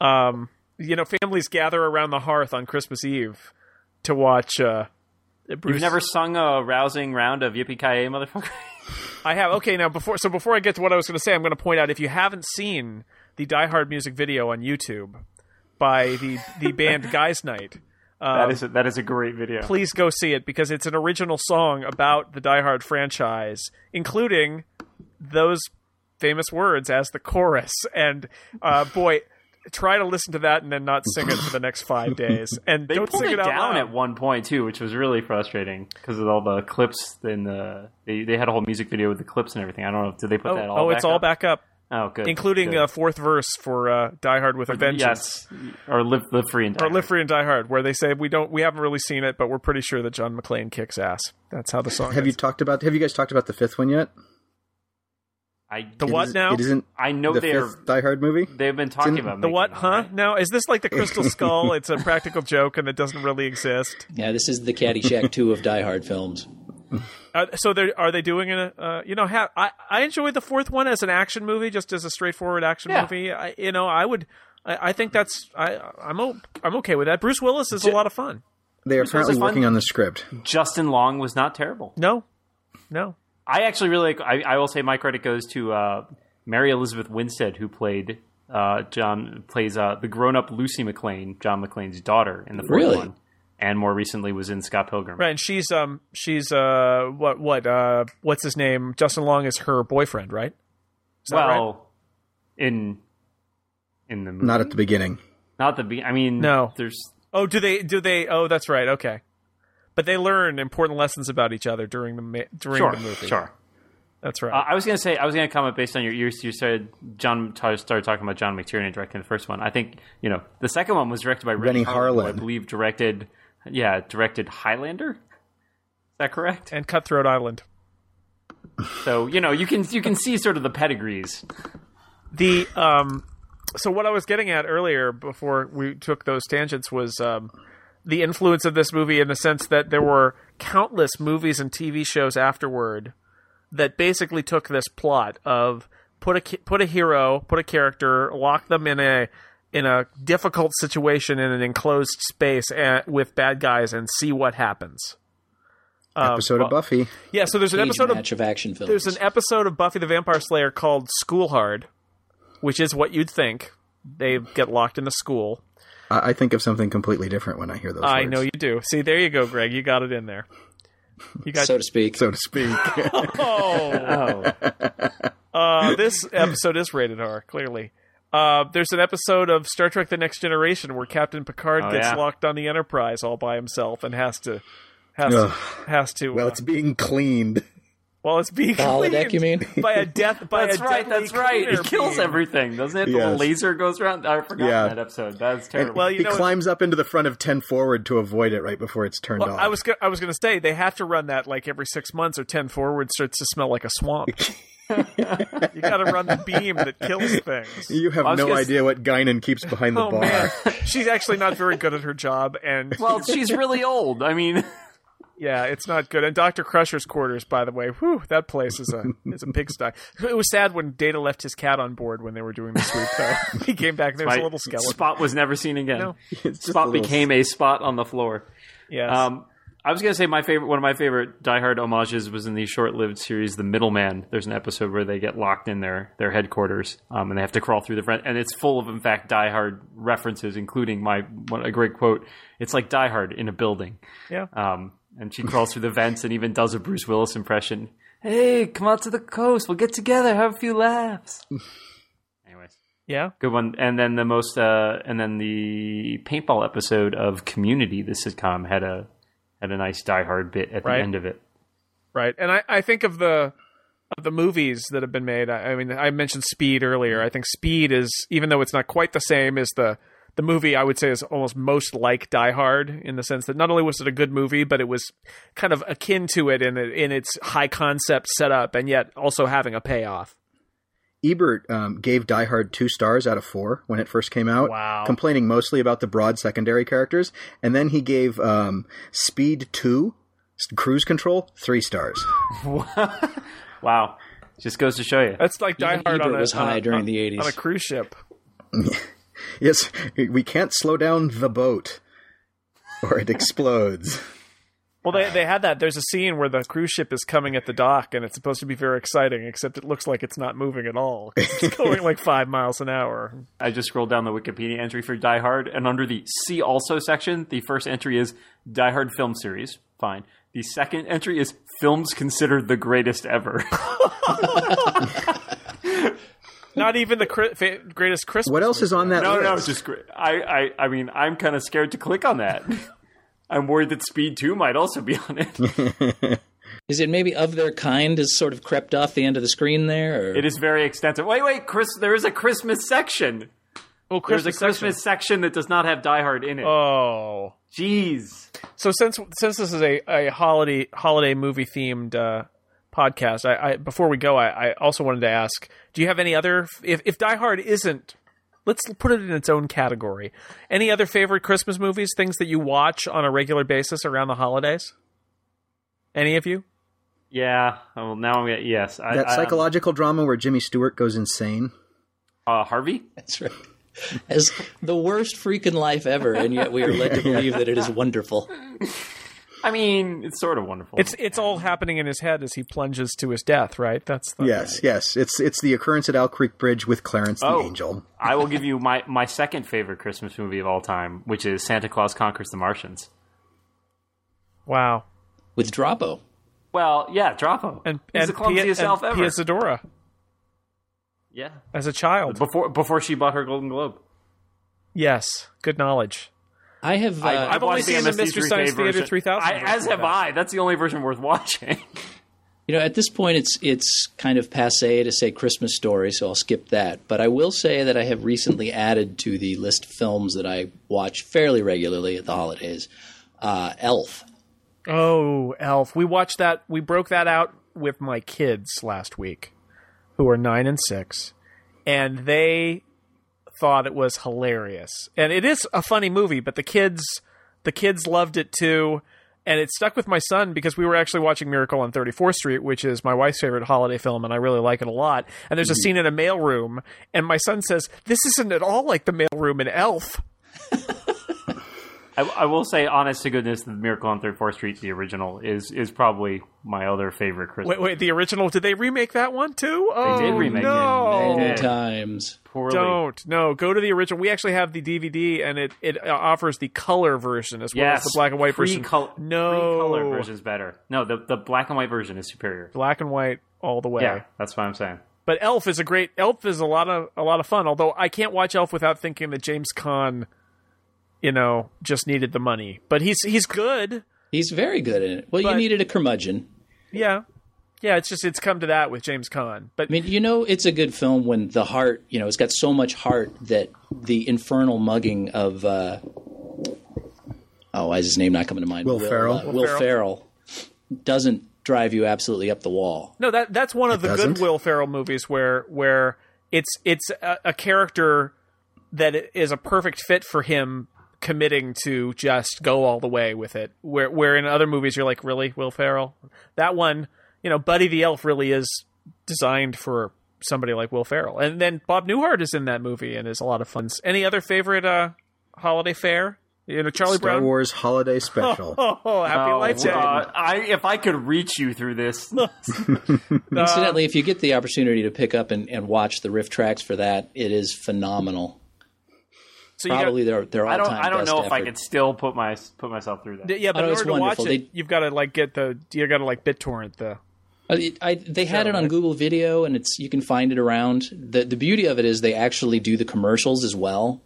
Um, you know, families gather around the hearth on Christmas Eve to watch. Uh, Bruce- You've never sung a rousing round of Yippee Ki motherfucker. I have. Okay, now before so before I get to what I was going to say, I'm going to point out if you haven't seen the Die Hard music video on YouTube by the the band Guys Night, that is a, that is a great video. Um, please go see it because it's an original song about the Die Hard franchise, including those famous words as the chorus. And uh, boy, try to listen to that and then not sing it for the next five days. And They don't pulled sing it it out down loud. at one point too, which was really frustrating because of all the clips. And the they, they had a whole music video with the clips and everything. I don't know. if Did they put Oh, that all? oh, it's all up? back up, Oh, good. including uh, good. a fourth verse for uh, Die Hard with a Vengeance. yes, or live live free and die. or Live Free and Die Hard, where they say we don't we haven't really seen it, but we're pretty sure that John McClane kicks ass. That's how the song. Have you ends. talked about? Have you guys talked about the fifth one yet? I the It what is- now? It isn't. I know the they're fifth Die Hard movie. they've been talking about the making what? one, Huh? right? Now is this like the Crystal Skull? it's a practical joke, and it doesn't really exist. Yeah, this is the Caddyshack 2 of Die Hard films. Uh, so they are they doing a uh, you know ha- I I enjoyed the fourth one as an action movie, just as a straightforward action Yeah. movie. I, you know I would. I I think that's I I'm o- I'm okay with that. Bruce Willis is a lot of fun. They are was currently fun. working on the script. Justin Long was not terrible. No, no, I actually really I, I will say my credit goes to uh, Mary Elizabeth Winstead who played uh, John plays uh, the grown up Lucy McLean, John McLean's daughter in the fourth Really? one, and more recently was in Scott Pilgrim. right? And she's um she's uh what what uh what's his name? Justin Long is her boyfriend, right? Is that right? Well, in in the movie. Not at the beginning. not the be- I mean No. there's Oh, do they? Do they? Oh, that's right. Okay, but they learn important lessons about each other during the ma- during sure the movie. sure that's right. Uh, I was gonna say I was gonna comment based on your you, you said John t- started talking about John McTiernan directing the first one. I think you know the second one was directed by Rennie, Rennie who Harlan. I believe directed yeah directed Highlander. Is that correct? and Cutthroat Island. So you know you can you can see sort of the pedigrees. The um, so what I was getting at earlier before we took those tangents was um, the influence of this movie in the sense that there were countless movies and TV shows afterward that basically took this plot of put a ki- put a hero, put a character, lock them in a in a difficult situation in an enclosed space and, with bad guys and see what happens. Episode of Buffy. Yeah, so there's an Cage episode of match of, action films. there's an episode of Buffy the Vampire Slayer called School Hard, which is what you'd think. They get locked in a school. I, I think of something completely different when I hear those. I words, know you do. See, there you go, Greg. You got it in there. You got so to speak. so to speak. Oh, uh, this episode is rated R, clearly. Uh, there's an episode of Star Trek: The Next Generation where Captain Picard Oh, gets yeah. locked on the Enterprise all by himself and has to has Ugh. to has to well, uh, it's being cleaned. while it's being The holodeck, cleaned you mean? by a death by that's a right, deadly that's right. cleaner It kills beam. everything, doesn't it? The Yes. little laser goes around. I forgot Yeah. that episode. That's terrible. Well, you he know, climbs up into the front of ten forward to avoid it right before it's turned Well, off. I was go- I was going to say they have to run that like every six months or ten forward starts to smell like a swamp. you got to run the beam that kills things. you have I was no gonna s- idea what Guinan keeps behind the Oh bar. man, she's actually not very good at her job, and well, she's really old. I mean, yeah, it's not good. And Doctor Crusher's quarters, by the way, whew, that place is a is a pigsty. It was sad when Data left his cat on board when they were doing the sweep. Though he came back, and there was a My little skeleton. Spot was never seen again. No. Spot became a spot on the floor. Yes. Um, I was gonna say my favorite, one of my favorite Die Hard homages was in the short-lived series, The Middleman. There's an episode where they get locked in their their headquarters, um, and they have to crawl through the front. And it's full of, in fact, Die Hard references, including my one, a great quote. It's like Die Hard in a building. Yeah. Um, and she crawls through the vents and even does a Bruce Willis impression. Hey, come out to the coast. We'll get together, have a few laughs. Anyways, yeah. good one. And then the most, uh, and then the paintball episode of Community, the sitcom, had a had a nice Die Hard bit at Right. the end of it. Right. And I, I think of the of the movies that have been made. I, I mean, I mentioned Speed earlier. I think Speed is even though it's not quite the same as the the movie, I would say is almost most like Die Hard in the sense that not only was it a good movie, but it was kind of akin to it in in its high concept setup, and yet also having a payoff. Ebert um, gave Die Hard two stars out of four when it first came out, Wow. complaining mostly about the broad secondary characters. And then he gave um, Speed 2, s- Cruise Control, three stars. Wow, just goes to show you. That's like Die Even Hard on Ebert a, was high on a- during on- the 80s. on a cruise ship. Yes, we can't slow down the boat or it explodes. Well, they they had that. There's a scene where the cruise ship is coming at the dock, and it's supposed to be very exciting, except it looks like it's not moving at all. It's going like five miles an hour. I just scrolled down the Wikipedia entry for Die Hard, and under the See Also section, the first entry is Die Hard Film Series. Fine. The second entry is Films Considered the Greatest Ever. Not even the cri- fa- greatest Christmas. What else is on that No, list? no, just great. I, I, I mean, I'm kind of scared to click on that. I'm worried that Speed Two might also be on it. Is it maybe of their kind has sort of crept off the end of the screen there? Or? It is very extensive. Wait, wait, Chris, there is a Christmas section. Well, Oh, There's Christmas a Christmas section that does not have Die Hard in it. Oh, Jeez. so since since this is a, a holiday holiday movie themed uh, podcast, I, I before we go, I, I also wanted to ask: Do you have any other? If if Die Hard isn't, let's put it in its own category. Any other favorite Christmas movies? Things that you watch on a regular basis around the holidays? Any of you? Yeah. Well, now I'm gonna, yes. I, That I- um, psychological drama where Jimmy Stewart goes insane. Uh, Harvey. That's right. As the worst freaking life ever, and yet we are led to believe that it is wonderful. I mean, it's sort of wonderful. It's it's all happening in his head as he plunges to his death. Right? That's the, Yes, yes. It's it's the occurrence at Owl Creek Bridge with Clarence the Oh. Angel. I will give you my, my second favorite Christmas movie of all time, which is Santa Claus Conquers the Martians. Wow. With Drapo. Well, yeah, Drapo. And He's and the clumsiest Pia, elf and ever. Pia Zadora yeah. as a child. Before before she bought her Golden Globe. Yes, good knowledge. I have. Uh, I- I've only watched seen the MST3K Mystery Science Theater version. 3000 I- As version. have I. That's the only version worth watching. You know, at this point, it's it's kind of passe to say Christmas story, so I'll skip that. But I will say that I have recently added to the list of films that I watch fairly regularly at the holidays. Uh, Elf. Oh, Elf. We watched that. We broke that out with my kids last week, who are nine and six, and they thought it was hilarious. And it is a funny movie, but the kids, the kids loved it too. And it stuck with my son because we were actually watching Miracle on 34th Street, which is my wife's favorite holiday film, and I really like it a lot. And there's a scene in a mailroom, and my son says, "This isn't at all like the mailroom in Elf." I, I will say, honest to goodness, the Miracle on 34th Street, the original, is is probably my other favorite Christmas. Wait, wait, the original? Did they remake that one too? Oh, did remake it. no. They Many did. times. Poorly. Don't no. Go to the original. We actually have the DVD, and it it uh, offers the color version as well Yes, as the black and white version. Pre-col- no, color version's better. No, the the black and white version is superior. black and white all the way. Yeah, that's what I'm saying. But Elf is a great. Elf is a lot of a lot of fun. Although I can't watch Elf without thinking that James Caan, you know, just needed the money. But he's he's good. He's very good in it. Well, But- you needed a curmudgeon. Yeah, yeah. It's just it's come to that with James Caan. But I mean, you know, it's a good film when the heart, you know, it's got so much heart that the infernal mugging of. Uh, oh, why is his name not coming to mind? Will Ferrell. uh, Will Ferrell doesn't drive you absolutely up the wall. No, that that's one of the doesn't? good Will Ferrell movies where where it's it's a, a character that is a perfect fit for him committing to just go all the way with it. Where where in other movies you're like, really, Will Ferrell? That one, you know, Buddy the Elf really is designed for somebody like Will Ferrell. And then Bob Newhart is in that movie and is a lot of fun. Any other favorite uh, holiday fare? You know, Charlie Star Brown. Wars Holiday Special. Oh, oh, happy Oh, lights out. uh, I if I could reach you through this, Incidentally, if you get the opportunity to pick up and, and watch the riff tracks for that, it is phenomenal. So you got- Probably their their I all don't time. I don't know if I could still put my put myself through that. D- Yeah, but know, in Oh, it's order to wonderful. watch it, They- you've got to like get the you got to like BitTorrent the. I, I, they had Uh, it on Google Video, and it's you can find it around. the The beauty of it is they actually do the commercials as well.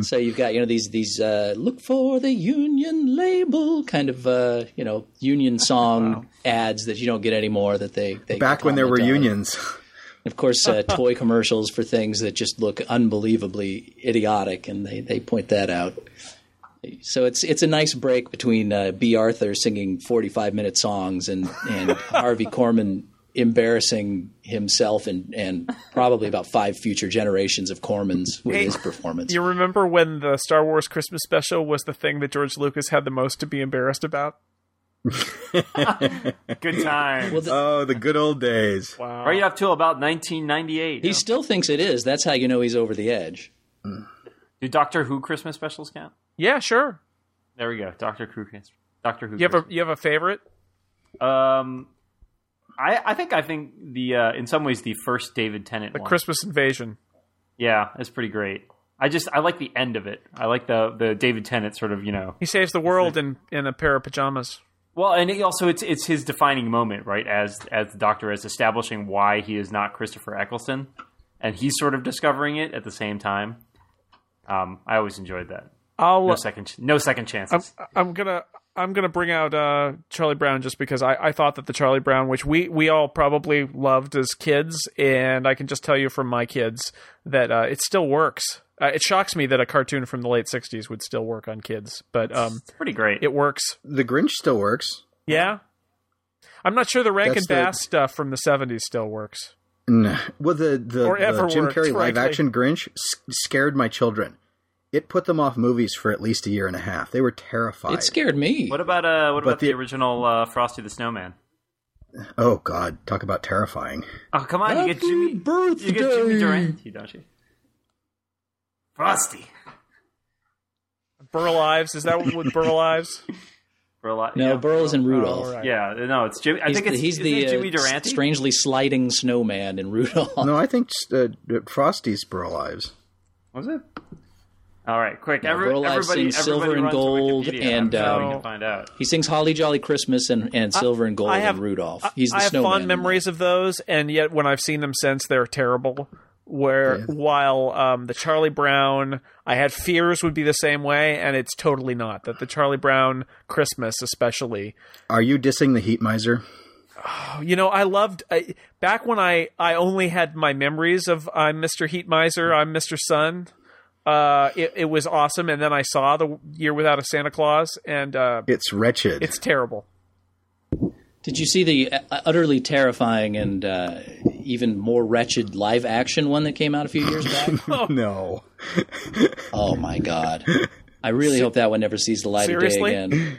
so you've got you know these these uh, look for the union label kind of uh, you know union song ads that you don't get anymore that they, they Back when there were comment on. unions. Of course, uh, toy commercials for things that just look unbelievably idiotic, and they, they point that out. So it's it's a nice break between uh, B. Arthur singing forty five minute songs and and Harvey Korman embarrassing himself and and probably about five future generations of Kormans with his performance. You remember when the Star Wars Christmas special was the thing that George Lucas had the most to be embarrassed about? Good time. Well, the- Oh, the good old days. right up till about 1998. he still thinks it is. That's how you know he's over the edge. Do Doctor Who Christmas specials count? Yeah, sure. There we go. Doctor Who Christmas. Doctor Who. You have a you have a favorite? Um, I I think I think the uh, in some ways the first David Tennant The one. Christmas Invasion. yeah, that's pretty great. I just I like the end of it. I like the the David Tennant sort of you know. He saves the world in in a pair of pajamas. Well, and it also it's it's his defining moment, right? As as the Doctor as establishing why he is not Christopher Eccleston, and he's sort of discovering it at the same time. Um, I always enjoyed that. I'll No second no second um, chances. I'm gonna I'm gonna bring out uh, Charlie Brown just because I, I thought that the Charlie Brown, which we we all probably loved as kids, and I can just tell you from my kids that uh, it still works. Uh, it shocks me that a cartoon from the late '60s would still work on kids, but um, It's pretty great. it works. The Grinch still works. Yeah, I'm not sure the Rankin That's the- Bass stuff from the '70s still works. No. Well, the the, Or ever the Jim worked, Carrey live frankly. action Grinch s- scared my children. It put them off movies for at least a year and a half. They were terrified. It scared me. what about uh what But about the, the- original uh, Frosty the Snowman? oh God, talk about terrifying. Oh come on, you get Happy Jimmy You get Jimmy birthday. Durant, you don't you? Frosty. Burl Ives is that with Burl Ives? Oh, For a lot, no, yeah. Burles and Rudolph. all right. Yeah, no, it's Jimmy. I He's think it's the, he's isn't the it uh, Jimmy Durante. strangely sliding snowman in Rudolph. No, I think uh, Frosty's Burl Ives. Was it? All right, quick. Every, Burl Ives everybody, sings everybody Silver and runs to Gold Wikipedia. and, uh, I'm going um, to find out. He sings "Holly Jolly Christmas" and, and "Silver and Gold" I have and Rudolph. I- He's the I have snowman. fond memories of those, and yet when I've seen them since, they're terrible. Where while um, the Charlie Brown, I had fears would be the same way, and it's totally not. That the Charlie Brown Christmas, especially, Oh, Are you dissing the Heat Miser? you know, I loved I, back when I I only had my memories of I'm Mr. Heat Miser, I'm Mr. Sun. Uh, it, it was awesome, and then I saw the Year Without a Santa Claus, and uh, It's wretched. it's terrible. Did you see the uh, utterly terrifying and uh, even more wretched live action one that came out a few years back? no. oh my god! I really hope that one never sees the light Seriously? of day again.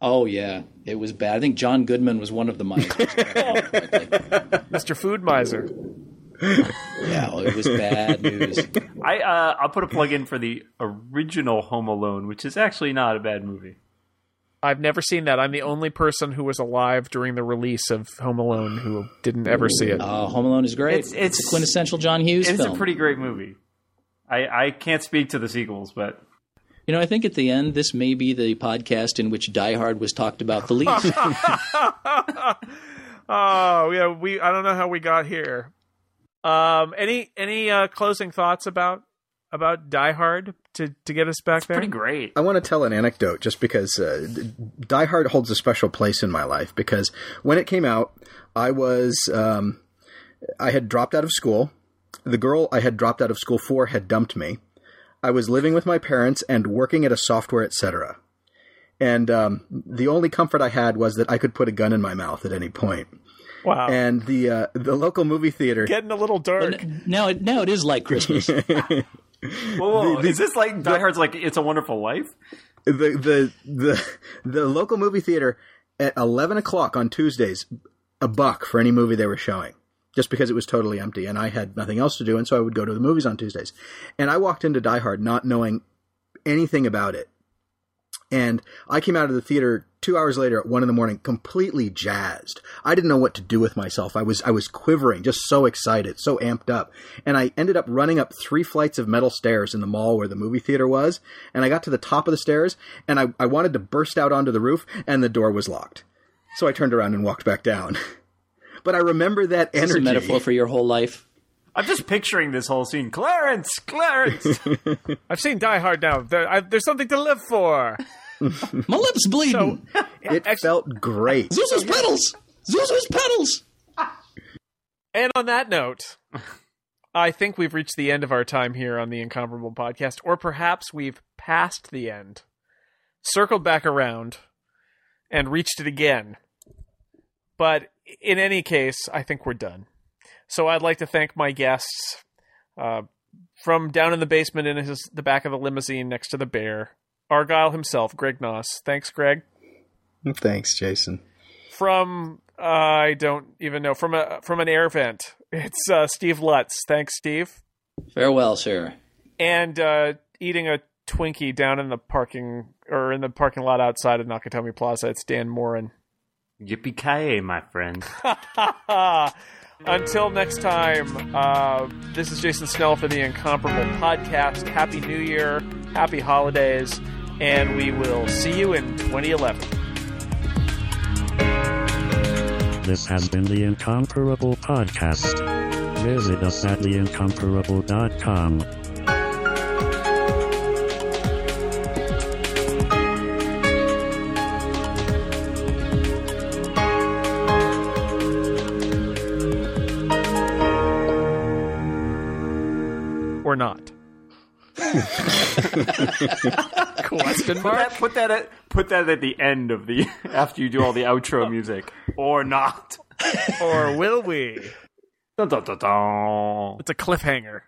Oh yeah, it was bad. I think John Goodman was one of the mice. Mr. Food Miser. yeah, well, it was bad news. I uh, I'll put a plug in for the original Home Alone, which is actually not a bad movie. I've never seen that. I'm the only person who was alive during the release of Home Alone who didn't ever see it. Uh, Home Alone is great. It's- it's- a quintessential John Hughes It's film. a pretty great movie. I I can't speak to the sequels, but You know, I think at the end, this may be the podcast in which Die Hard was talked about the least. Oh yeah, we I don't know how we got here. Um, any any uh, closing thoughts about about Die Hard to to get us back there? pretty great. I want to tell an anecdote just because uh, Die Hard holds a special place in my life because when it came out, I was um, I had dropped out of school. The girl I had dropped out of school for had dumped me. I was living with my parents and working at a software etc. And um, the only comfort I had was that I could put a gun in my mouth at any point. Wow, And the uh, the local movie theater getting a little dark. now, it, now it is like Christmas. Whoa, whoa. The- the- is this like Die Hard's like It's a Wonderful Life? the the the the local movie theater at eleven o'clock on Tuesdays, a buck for any movie they were showing, just because it was totally empty, and I had nothing else to do, and so I would go to the movies on Tuesdays, and I walked into Die Hard not knowing anything about it, and I came out of the theater two hours later at one in the morning, completely jazzed. I didn't know what to do with myself. I was I was quivering, just so excited, so amped up. And I ended up running up three flights of metal stairs in the mall where the movie theater was. And I got to the top of the stairs and I, I wanted to burst out onto the roof and the door was locked. So I turned around and walked back down. but I remember that It's a energy. metaphor for your whole life. I'm just picturing this whole scene. Clarence, Clarence. I've seen Die Hard now. There, I, there's something to live for. My lips bleeding. So it felt great. Zuzu's pedals. Zuzu's pedals. And on that note, I think we've reached the end of our time here on the Incomparable Podcast, or perhaps we've passed the end, circled back around, and reached it again. But in any case, I think we're done. So I'd like to thank my guests uh, from down in the basement in his, the back of the limousine next to the bear, Argyle himself, Greg Noss. Thanks, Greg Thanks, Jason. from uh, I don't even know from a from an air vent. It's uh, Steve Lutz. Thanks, Steve. Farewell, sir. And uh, eating a Twinkie down in the parking or in the parking lot outside of Nakatomi Plaza. It's Dan Morin. Yippee ki my friend. Until next time, uh, this is Jason Snell for the Incomparable Podcast. Happy New Year, happy holidays, and we will see you in 2011. This has been the Incomparable Podcast. Visit us at theincomparable.com. Or not. Question Put that, put that at put that at the end of the after you do all the outro music or not. Or will we? Dun, dun, dun, dun. It's a cliffhanger.